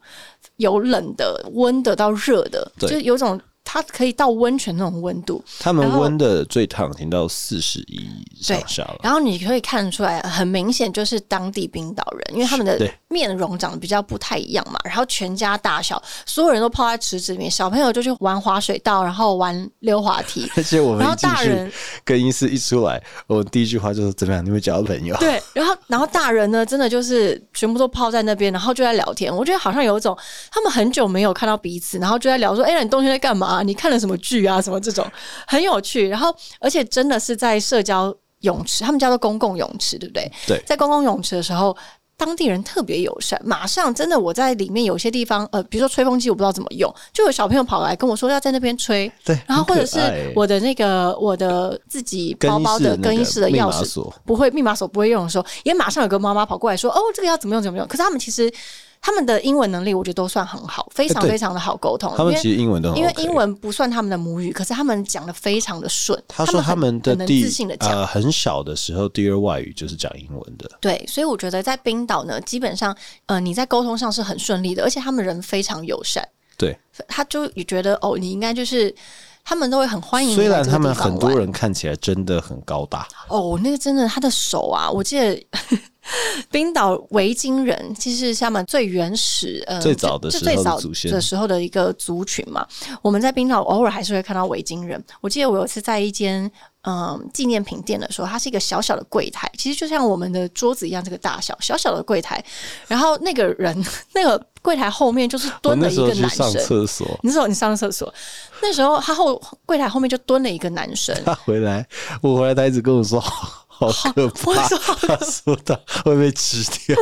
Speaker 2: 有冷的、温的到热的，就
Speaker 3: 对
Speaker 2: 是有种。它可以到温泉那种温度，
Speaker 3: 他们
Speaker 2: 然后
Speaker 3: 温的最烫已经到四十一上下了。
Speaker 2: 然后你可以看出来，很明显就是当地冰岛人，因为他们的
Speaker 3: 对，
Speaker 2: 面容长得比较不太一样嘛。然后全家大小，所有人都泡在池子里面，小朋友就去玩滑水道，然后玩溜滑梯
Speaker 3: 而且 我们
Speaker 2: 然后
Speaker 3: 一进
Speaker 2: 大人
Speaker 3: 去更衣室一出来，我第一句话就是怎么样？你会交朋友？
Speaker 2: 对，然后然后大人呢，真的就是全部都泡在那边，然后就在聊天。我觉得好像有一种他们很久没有看到彼此，然后就在聊说：“哎、那你冬天在干嘛？你看了什么剧啊？什么这种很有趣。”然后而且真的是在社交泳池，他们叫做公共泳池，对不对？
Speaker 3: 对
Speaker 2: 在公共泳池的时候。当地人特别友善，马上真的我在里面有些地方，呃，比如说吹风机我不知道怎么用，就有小朋友跑来跟我说要在那边吹，
Speaker 3: 对，
Speaker 2: 然后或者是
Speaker 3: 很可爱
Speaker 2: 我的那个我的自己
Speaker 3: 更
Speaker 2: 包
Speaker 3: 衣
Speaker 2: 包
Speaker 3: 室
Speaker 2: 的
Speaker 3: 那
Speaker 2: 更衣
Speaker 3: 个
Speaker 2: 室的
Speaker 3: 密
Speaker 2: 钥
Speaker 3: 码
Speaker 2: 匙
Speaker 3: 锁
Speaker 2: 不会密码锁不会用的时候，也马上有个妈妈跑过来说：“哦，这个要怎么用怎么用。”可是他们其实他们的英文能力，我觉得都算很好，非常
Speaker 3: 哎对
Speaker 2: 非常的好沟通。
Speaker 3: 他们其
Speaker 2: 因为
Speaker 3: 实英文都很、OK、
Speaker 2: 因为英。文不算他们的母语，可是他们讲的非常的顺。
Speaker 3: 他说他们的
Speaker 2: 很很能
Speaker 3: 第
Speaker 2: 自信的讲。
Speaker 3: 呃很小的时候，第二外语就是讲英文的。
Speaker 2: 对，所以我觉得在冰岛呢，基本上，呃，你在沟通上是很顺利的，而且他们人非常友善，
Speaker 3: 对，
Speaker 2: 他就也觉得哦，你应该就是他们都会很欢迎你
Speaker 3: 虽
Speaker 2: 来
Speaker 3: 然
Speaker 2: 这个
Speaker 3: 他们
Speaker 2: 地方
Speaker 3: 很多
Speaker 2: 玩
Speaker 3: 人看起来真的很高大，
Speaker 2: 哦，那个真的，他的手啊，我记得 冰岛维京人其实是他们最原始、呃
Speaker 3: 最早的
Speaker 2: 就
Speaker 3: 时
Speaker 2: 最
Speaker 3: 候的
Speaker 2: 早
Speaker 3: 祖先
Speaker 2: 的时候的一个族群嘛。我们在冰岛偶尔还是会看到维京人。我记得我有一次在一间嗯纪念品店的时候，它是一个小小的柜台，其实就像我们的桌子一样，这个大小小小的柜台。然后那个人 那个柜台后面就是
Speaker 3: 我
Speaker 2: 蹲
Speaker 3: 那
Speaker 2: 了一
Speaker 3: 时候
Speaker 2: 个
Speaker 3: 去
Speaker 2: 男
Speaker 3: 上
Speaker 2: 生。
Speaker 3: 厕所，
Speaker 2: 那时候你上厕所，那时候他后柜台后面就蹲了一个男生，
Speaker 3: 他回来，我回来，他一直跟我说好好可
Speaker 2: 我
Speaker 3: 怕，
Speaker 2: 说
Speaker 3: 他说他会被吃掉。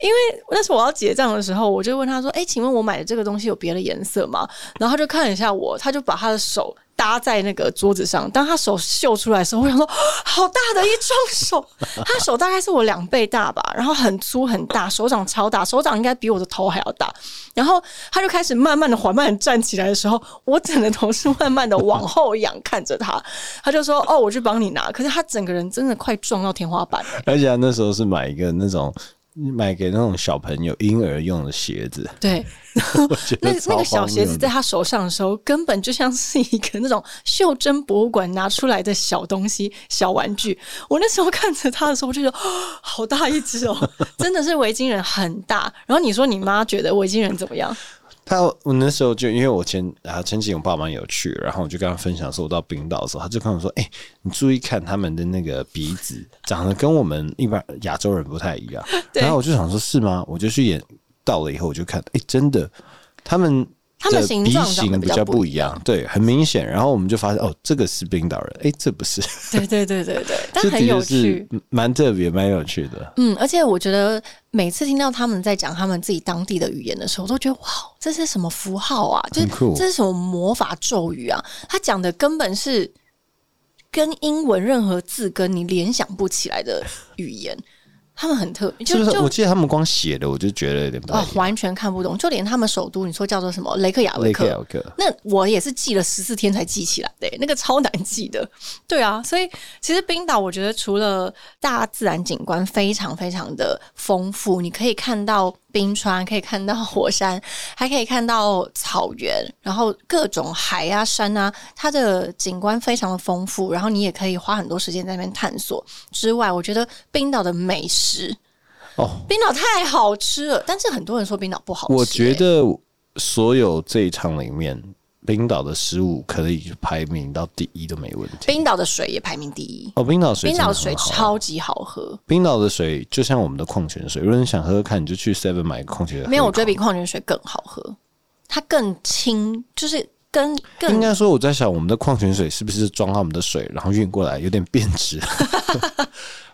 Speaker 2: 因为那时候我要结账的时候，我就问他说：“哎、请问我买的这个东西有别的颜色吗？”然后他就看了一下我，他就把他的手搭在那个桌子上，当他手秀出来的时候，我想说，哦好大的一双手， 他手大概是我两倍大吧，然后很粗很大，手掌超大，手掌应该比我的头还要大。然后他就开始慢慢的、缓慢的站起来的时候，我整个头是慢慢的往后仰看着他，他就说：“哦，我去帮你拿。”可是他整个人真的快撞到天花板了。
Speaker 3: 而且他那时候是买一个那种买给那种小朋友婴儿用的鞋子，
Speaker 2: 对，
Speaker 3: 我觉
Speaker 2: 那
Speaker 3: 得呃超
Speaker 2: 那
Speaker 3: 荒
Speaker 2: 个小鞋
Speaker 3: 谬
Speaker 2: 子
Speaker 3: 的
Speaker 2: 在他手上的时候，根本就像是一个那种袖珍博物馆拿出来的小东西、小玩具。我那时候看着他的时候，我就觉得、哦好大一只哦，真的是维京人很大。然后你说你妈觉得维京人怎么样？
Speaker 3: 他我那时候就因为我前啊前几天我爸妈有去，然后我就跟他分享说，我到冰岛的时候，他就跟我说：“哎、你注意看他们的那个鼻子长得跟我们一般亚洲人不太一样。”
Speaker 2: 对
Speaker 3: 然后我就想说：“是吗？”我就去演到了以后，我就看，哎、真的，他们
Speaker 2: 他们
Speaker 3: 的
Speaker 2: 形
Speaker 3: 鼻
Speaker 2: 状长得
Speaker 3: 型
Speaker 2: 比
Speaker 3: 比
Speaker 2: 较
Speaker 3: 较
Speaker 2: 不
Speaker 3: 不一样，对，很明显。然后我们就发现，哦，这个是冰岛人，哎、这不是，
Speaker 2: 对对对对对，但
Speaker 3: 这的
Speaker 2: 很有
Speaker 3: 确
Speaker 2: 趣
Speaker 3: 是。蛮特别、蛮有趣的。
Speaker 2: 嗯，而且我觉得每次听到他们在讲他们自己当地的语言的时候，我都觉得哇，这是什么符号啊？就是
Speaker 3: 很酷
Speaker 2: 这是什么魔法咒语啊？他讲的根本是跟英文任何字根你联想不起来的语言，他们很特别，
Speaker 3: 是
Speaker 2: 就
Speaker 3: 不是？
Speaker 2: 就
Speaker 3: 我记得他们光写的，我就觉得有点不太
Speaker 2: 哦
Speaker 3: 一，样。
Speaker 2: 完全看不懂。就连他们首都，你说叫做什么雷克雅未
Speaker 3: 雷克
Speaker 2: 克，
Speaker 3: 雅克，
Speaker 2: 那我也是记了十四天才记起来的、那个超难记的。对啊，所以其实冰岛，我觉得除了大自然景观非常非常的丰富，你可以看到冰川，可以看到火山，啊还可以看到草原，然后各种海啊、山啊，它的景观非常的丰富。然后你也可以花很多时间在那边探索。之外，我觉得冰岛的美食，
Speaker 3: 哦，
Speaker 2: 冰岛太好吃了，但是很多人说冰岛不好吃、
Speaker 3: 我觉
Speaker 2: 欸
Speaker 3: 得所有这一场里面，冰岛的食物可以排名到第一都没问题。
Speaker 2: 冰岛的水也排名第一。
Speaker 3: 哦，冰岛水，
Speaker 2: 冰岛水，超级好喝，
Speaker 3: 啊冰岛的水就像我们的矿泉水，如果你想喝喝看，你就去 Seven 买个矿泉水。
Speaker 2: 没有，我觉得比矿泉水更好喝，它更清，就是跟
Speaker 3: 应
Speaker 2: 更
Speaker 3: 该说我在想，我们的矿泉水是不是装他们的水，然后运过来有点变 质？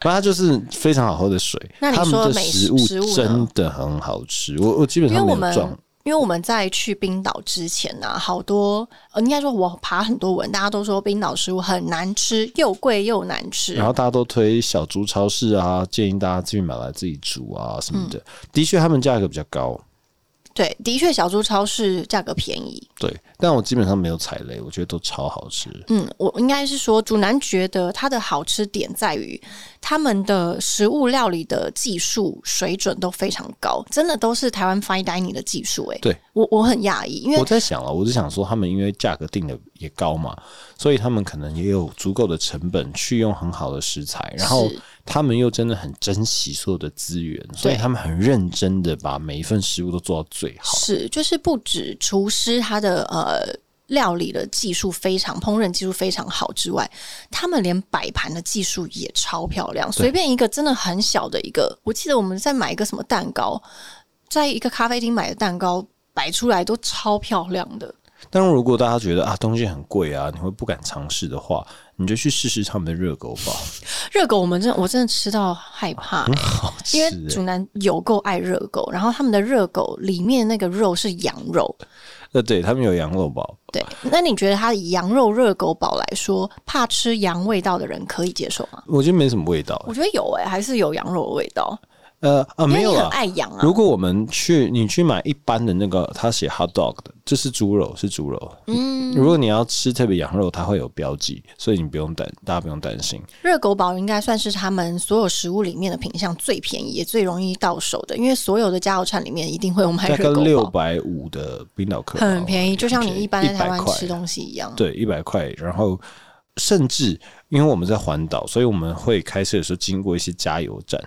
Speaker 3: 那它就是非常好喝的水。
Speaker 2: 那你
Speaker 3: 他们
Speaker 2: 说
Speaker 3: 的
Speaker 2: 美
Speaker 3: 食
Speaker 2: 食
Speaker 3: 物
Speaker 2: 食物呢
Speaker 3: 真的很好吃，我我基本
Speaker 2: 因为
Speaker 3: 上没
Speaker 2: 我
Speaker 3: 有
Speaker 2: 们嗯
Speaker 3: 撞。
Speaker 2: 因为我们在去冰岛之前呢、好多呃，应该说我爬很多文，大家都说冰岛食物很难吃，又贵又难吃
Speaker 3: 然。后大家都推小猪超市啊，建议大家自己买来自己煮啊什么的。
Speaker 2: 嗯
Speaker 3: 的确，他们价格比较高，
Speaker 2: 对，的确，小猪超市价格便宜。
Speaker 3: 对，但我基本上没有踩雷，我觉得都超好吃。
Speaker 2: 嗯，我应该是说，主男觉得它的好吃点在于他们的食物料理的技术水准都非常高，真的都是台湾 fine dining 的技术、欸。哎，
Speaker 3: 对
Speaker 2: 我我很讶异，因为
Speaker 3: 我在想啊了，我是想说，他们因为价格定的也高嘛，所以他们可能也有足够的成本去用很好的食材，然后
Speaker 2: 是
Speaker 3: 他们又真的很珍惜所有的资源，所以
Speaker 2: 对
Speaker 3: 他们很认真的把每一份食物都做到最好。
Speaker 2: 是，就是不止厨师他的呃料理的技术非常，烹饪技术非常好之外，他们连摆盘的技术也超漂亮。随便一个真的很小的一个，我记得我们在买一个什么蛋糕，在一个咖啡厅买的蛋糕摆出来都超漂亮的。
Speaker 3: 但如果大家觉得啊东西很贵啊，你会不敢尝试的话，你就去试试他们的热狗堡，
Speaker 2: 热狗我们真的我真的吃到害怕、
Speaker 3: 很好 吃、
Speaker 2: 因
Speaker 3: 欸。
Speaker 2: 为主男有够爱热狗，然后他们的热狗里面那个肉是羊肉，
Speaker 3: 呃，对他们有羊肉堡，
Speaker 2: 对，那你觉得它以羊肉热狗堡来说，怕吃羊味道的人可以接受吗？
Speaker 3: 我觉得没什么味道。
Speaker 2: 我觉得有诶、还是有羊肉的味道，
Speaker 3: 呃啊，
Speaker 2: 因为
Speaker 3: 没
Speaker 2: 你
Speaker 3: 有
Speaker 2: 很
Speaker 3: 啦。
Speaker 2: 爱羊啊。
Speaker 3: 如果我们去你去买一般的那个，他写 hot dog 的，这是猪肉，是猪肉。嗯，如果你要吃特别羊肉，它会有标记，所以你不用担，大家不用担心。
Speaker 2: 热狗堡应该算是他们所有食物里面的品相最便宜也最容易到手的，因为所有的加油站里面一定会有卖
Speaker 3: 大概
Speaker 2: 热狗
Speaker 3: 六
Speaker 2: 堡，
Speaker 3: 百五的冰岛克，
Speaker 2: 很便宜，就像你一般在台
Speaker 3: 100
Speaker 2: 湾
Speaker 3: 块
Speaker 2: 吃东西一样。
Speaker 3: 对，一百块，然后。甚至因为我们在环岛，所以我们会开车的时候经过一些加油站，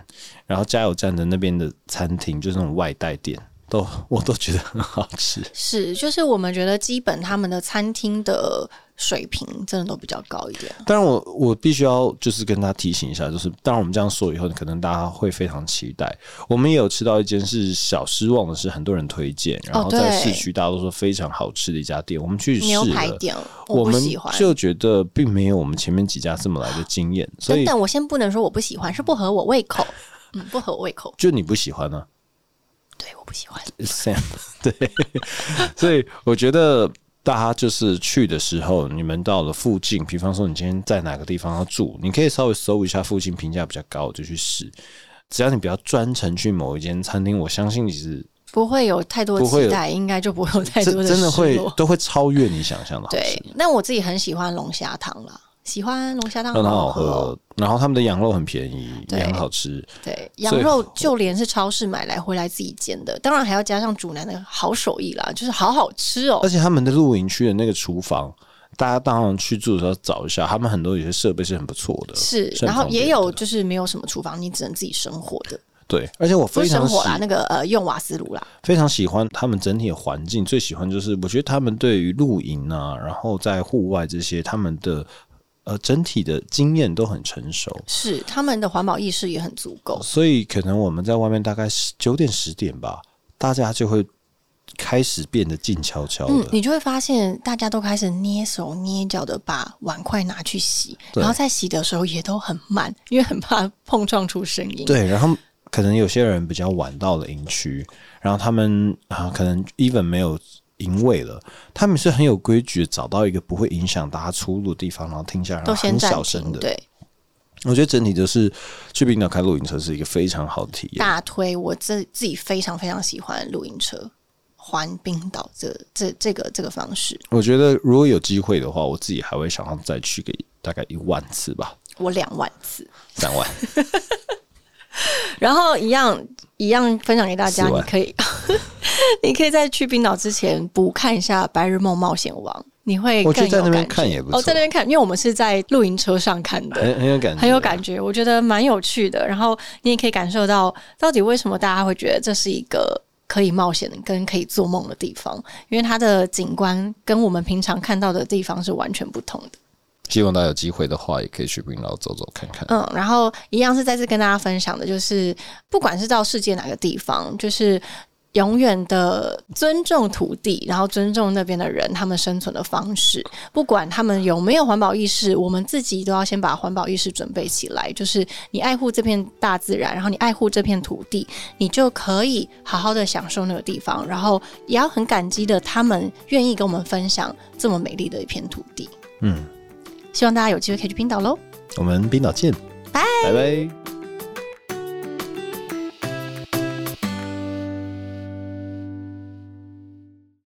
Speaker 3: 然后加油站的那边的餐厅就是那种外带店，都我都觉得很好吃。
Speaker 2: 是，就是我们觉得基本他们的餐厅的水平真的都比较高一点。
Speaker 3: 当然我，我必须要就是跟他提醒一下，就是当然我们这样说以后，可能大家会非常期待。我们也有吃到一间是小失望的是，很多人推荐，
Speaker 2: 哦
Speaker 3: 然后在市区大家都说非常好吃的一家店，我们去试
Speaker 2: 牛排
Speaker 3: 了，
Speaker 2: 店
Speaker 3: 我
Speaker 2: 不
Speaker 3: 们
Speaker 2: 喜欢，
Speaker 3: 就觉得并没有我们前面几家这么来的惊艳，所
Speaker 2: 等
Speaker 3: 以
Speaker 2: 等，我先不能说我不喜欢，是不合我胃口。嗯，不合我胃口。
Speaker 3: 就你不喜欢呢、
Speaker 2: 对，我不喜欢。
Speaker 3: Sam，对，所以我觉得大家就是去的时候，你们到了附近，比方说你今天在哪个地方要住，你可以稍微搜一下附近评价比较高就去试。只要你不要专程去某一间餐厅，我相信你是
Speaker 2: 不会有太多
Speaker 3: 不会
Speaker 2: 期
Speaker 3: 有
Speaker 2: 待，应该就不会有太
Speaker 3: 真
Speaker 2: 多
Speaker 3: 真的
Speaker 2: 失
Speaker 3: 会啊
Speaker 2: 落。
Speaker 3: 都会超越你想象的好吃。
Speaker 2: 对，那我自己很喜欢龙虾汤啦，喜欢龙虾汤，
Speaker 3: 真的
Speaker 2: 好
Speaker 3: 好
Speaker 2: 喝哦。
Speaker 3: 喝，然后他们的羊肉很便宜，
Speaker 2: 对
Speaker 3: 也很好吃。
Speaker 2: 对，羊
Speaker 3: 所以
Speaker 2: 肉就连是超市买来回来自己煎的，当然还要加上主男的好手艺啦，就是好好吃哦
Speaker 3: 而。且他们的露营区的那个厨房，大家当然去住的时候找一下，他们很多有些设备是很不错的，
Speaker 2: 是，
Speaker 3: 很
Speaker 2: 然后
Speaker 3: 方便
Speaker 2: 也有
Speaker 3: 的
Speaker 2: 就是没有什么厨房，你只能自己生火的，
Speaker 3: 对。而且我
Speaker 2: 不
Speaker 3: 非
Speaker 2: 是
Speaker 3: 常
Speaker 2: 生
Speaker 3: 喜
Speaker 2: 火啦，那个呃用瓦斯炉啦，
Speaker 3: 非常喜欢他们整体的环境，最喜欢就是我觉得他们对于露营啊，然后在户外这些他们的。呃，整体的经验都很成熟，
Speaker 2: 是他们的环保意识也很足够。
Speaker 3: 所以可能我们在外面大概九点十点吧，大家就会开始变得静悄悄的。
Speaker 2: 嗯，你就会发现大家都开始捏手捏脚的把碗筷拿去洗，
Speaker 3: 对
Speaker 2: 然后在洗的时候也都很慢，因为很怕碰撞出声音。
Speaker 3: 对，然后可能有些人比较晚到了营区，然后他们啊，可能 even 没有营位了，他们是很有规矩，找到一个不会影响大家出入的地方，然后停下来，然
Speaker 2: 都
Speaker 3: 后
Speaker 2: 先
Speaker 3: 很
Speaker 2: 暂
Speaker 3: 小
Speaker 2: 停
Speaker 3: 声，的。
Speaker 2: 对，
Speaker 3: 我觉得整体就是去冰岛开露营车是一个非常好的体验。
Speaker 2: 大推我自自己非常非常喜欢露营车环冰岛这这这个这个方式，
Speaker 3: 我觉得如果有机会的话，我自己还会想要再去个大概一万次吧，
Speaker 2: 我两万次，
Speaker 3: 三万。
Speaker 2: 然后一样一样分享给大家，
Speaker 3: 四
Speaker 2: 你
Speaker 3: 万
Speaker 2: 可以 你可以在去冰岛之前补看一下《白日梦冒险王》，你会
Speaker 3: 我
Speaker 2: 更
Speaker 3: 觉得在
Speaker 2: 有
Speaker 3: 那边
Speaker 2: 感
Speaker 3: 看
Speaker 2: 觉
Speaker 3: 也不
Speaker 2: 哦，在那
Speaker 3: 错
Speaker 2: 边看，因为我们是在露营车上看的，
Speaker 3: 很很有感觉，
Speaker 2: 很有感觉，我觉得蛮有趣的。然后你也可以感受到，到底为什么大家会觉得这是一个可以冒险跟可以做梦的地方，因为它的景观跟我们平常看到的地方是完全不同的。
Speaker 3: 希望大家有机会的话，也可以去冰岛走走看看。
Speaker 2: 嗯，然后一样是再次跟大家分享的，就是不管是到世界哪个地方，就是。永远的尊重土地，然后尊重那边的人，他们生存的方式，不管他们有没有环保意识，我们自己都要先把环保意识准备起来。就是你爱护这片大自然，然后你爱护这片土地，你就可以好好的享受那个地方，然后也要很感激的他们愿意跟我们分享这么美丽的一片土地。
Speaker 3: 嗯，
Speaker 2: 希望大家有机会可以去冰岛喽。
Speaker 3: 我们冰岛见，拜拜。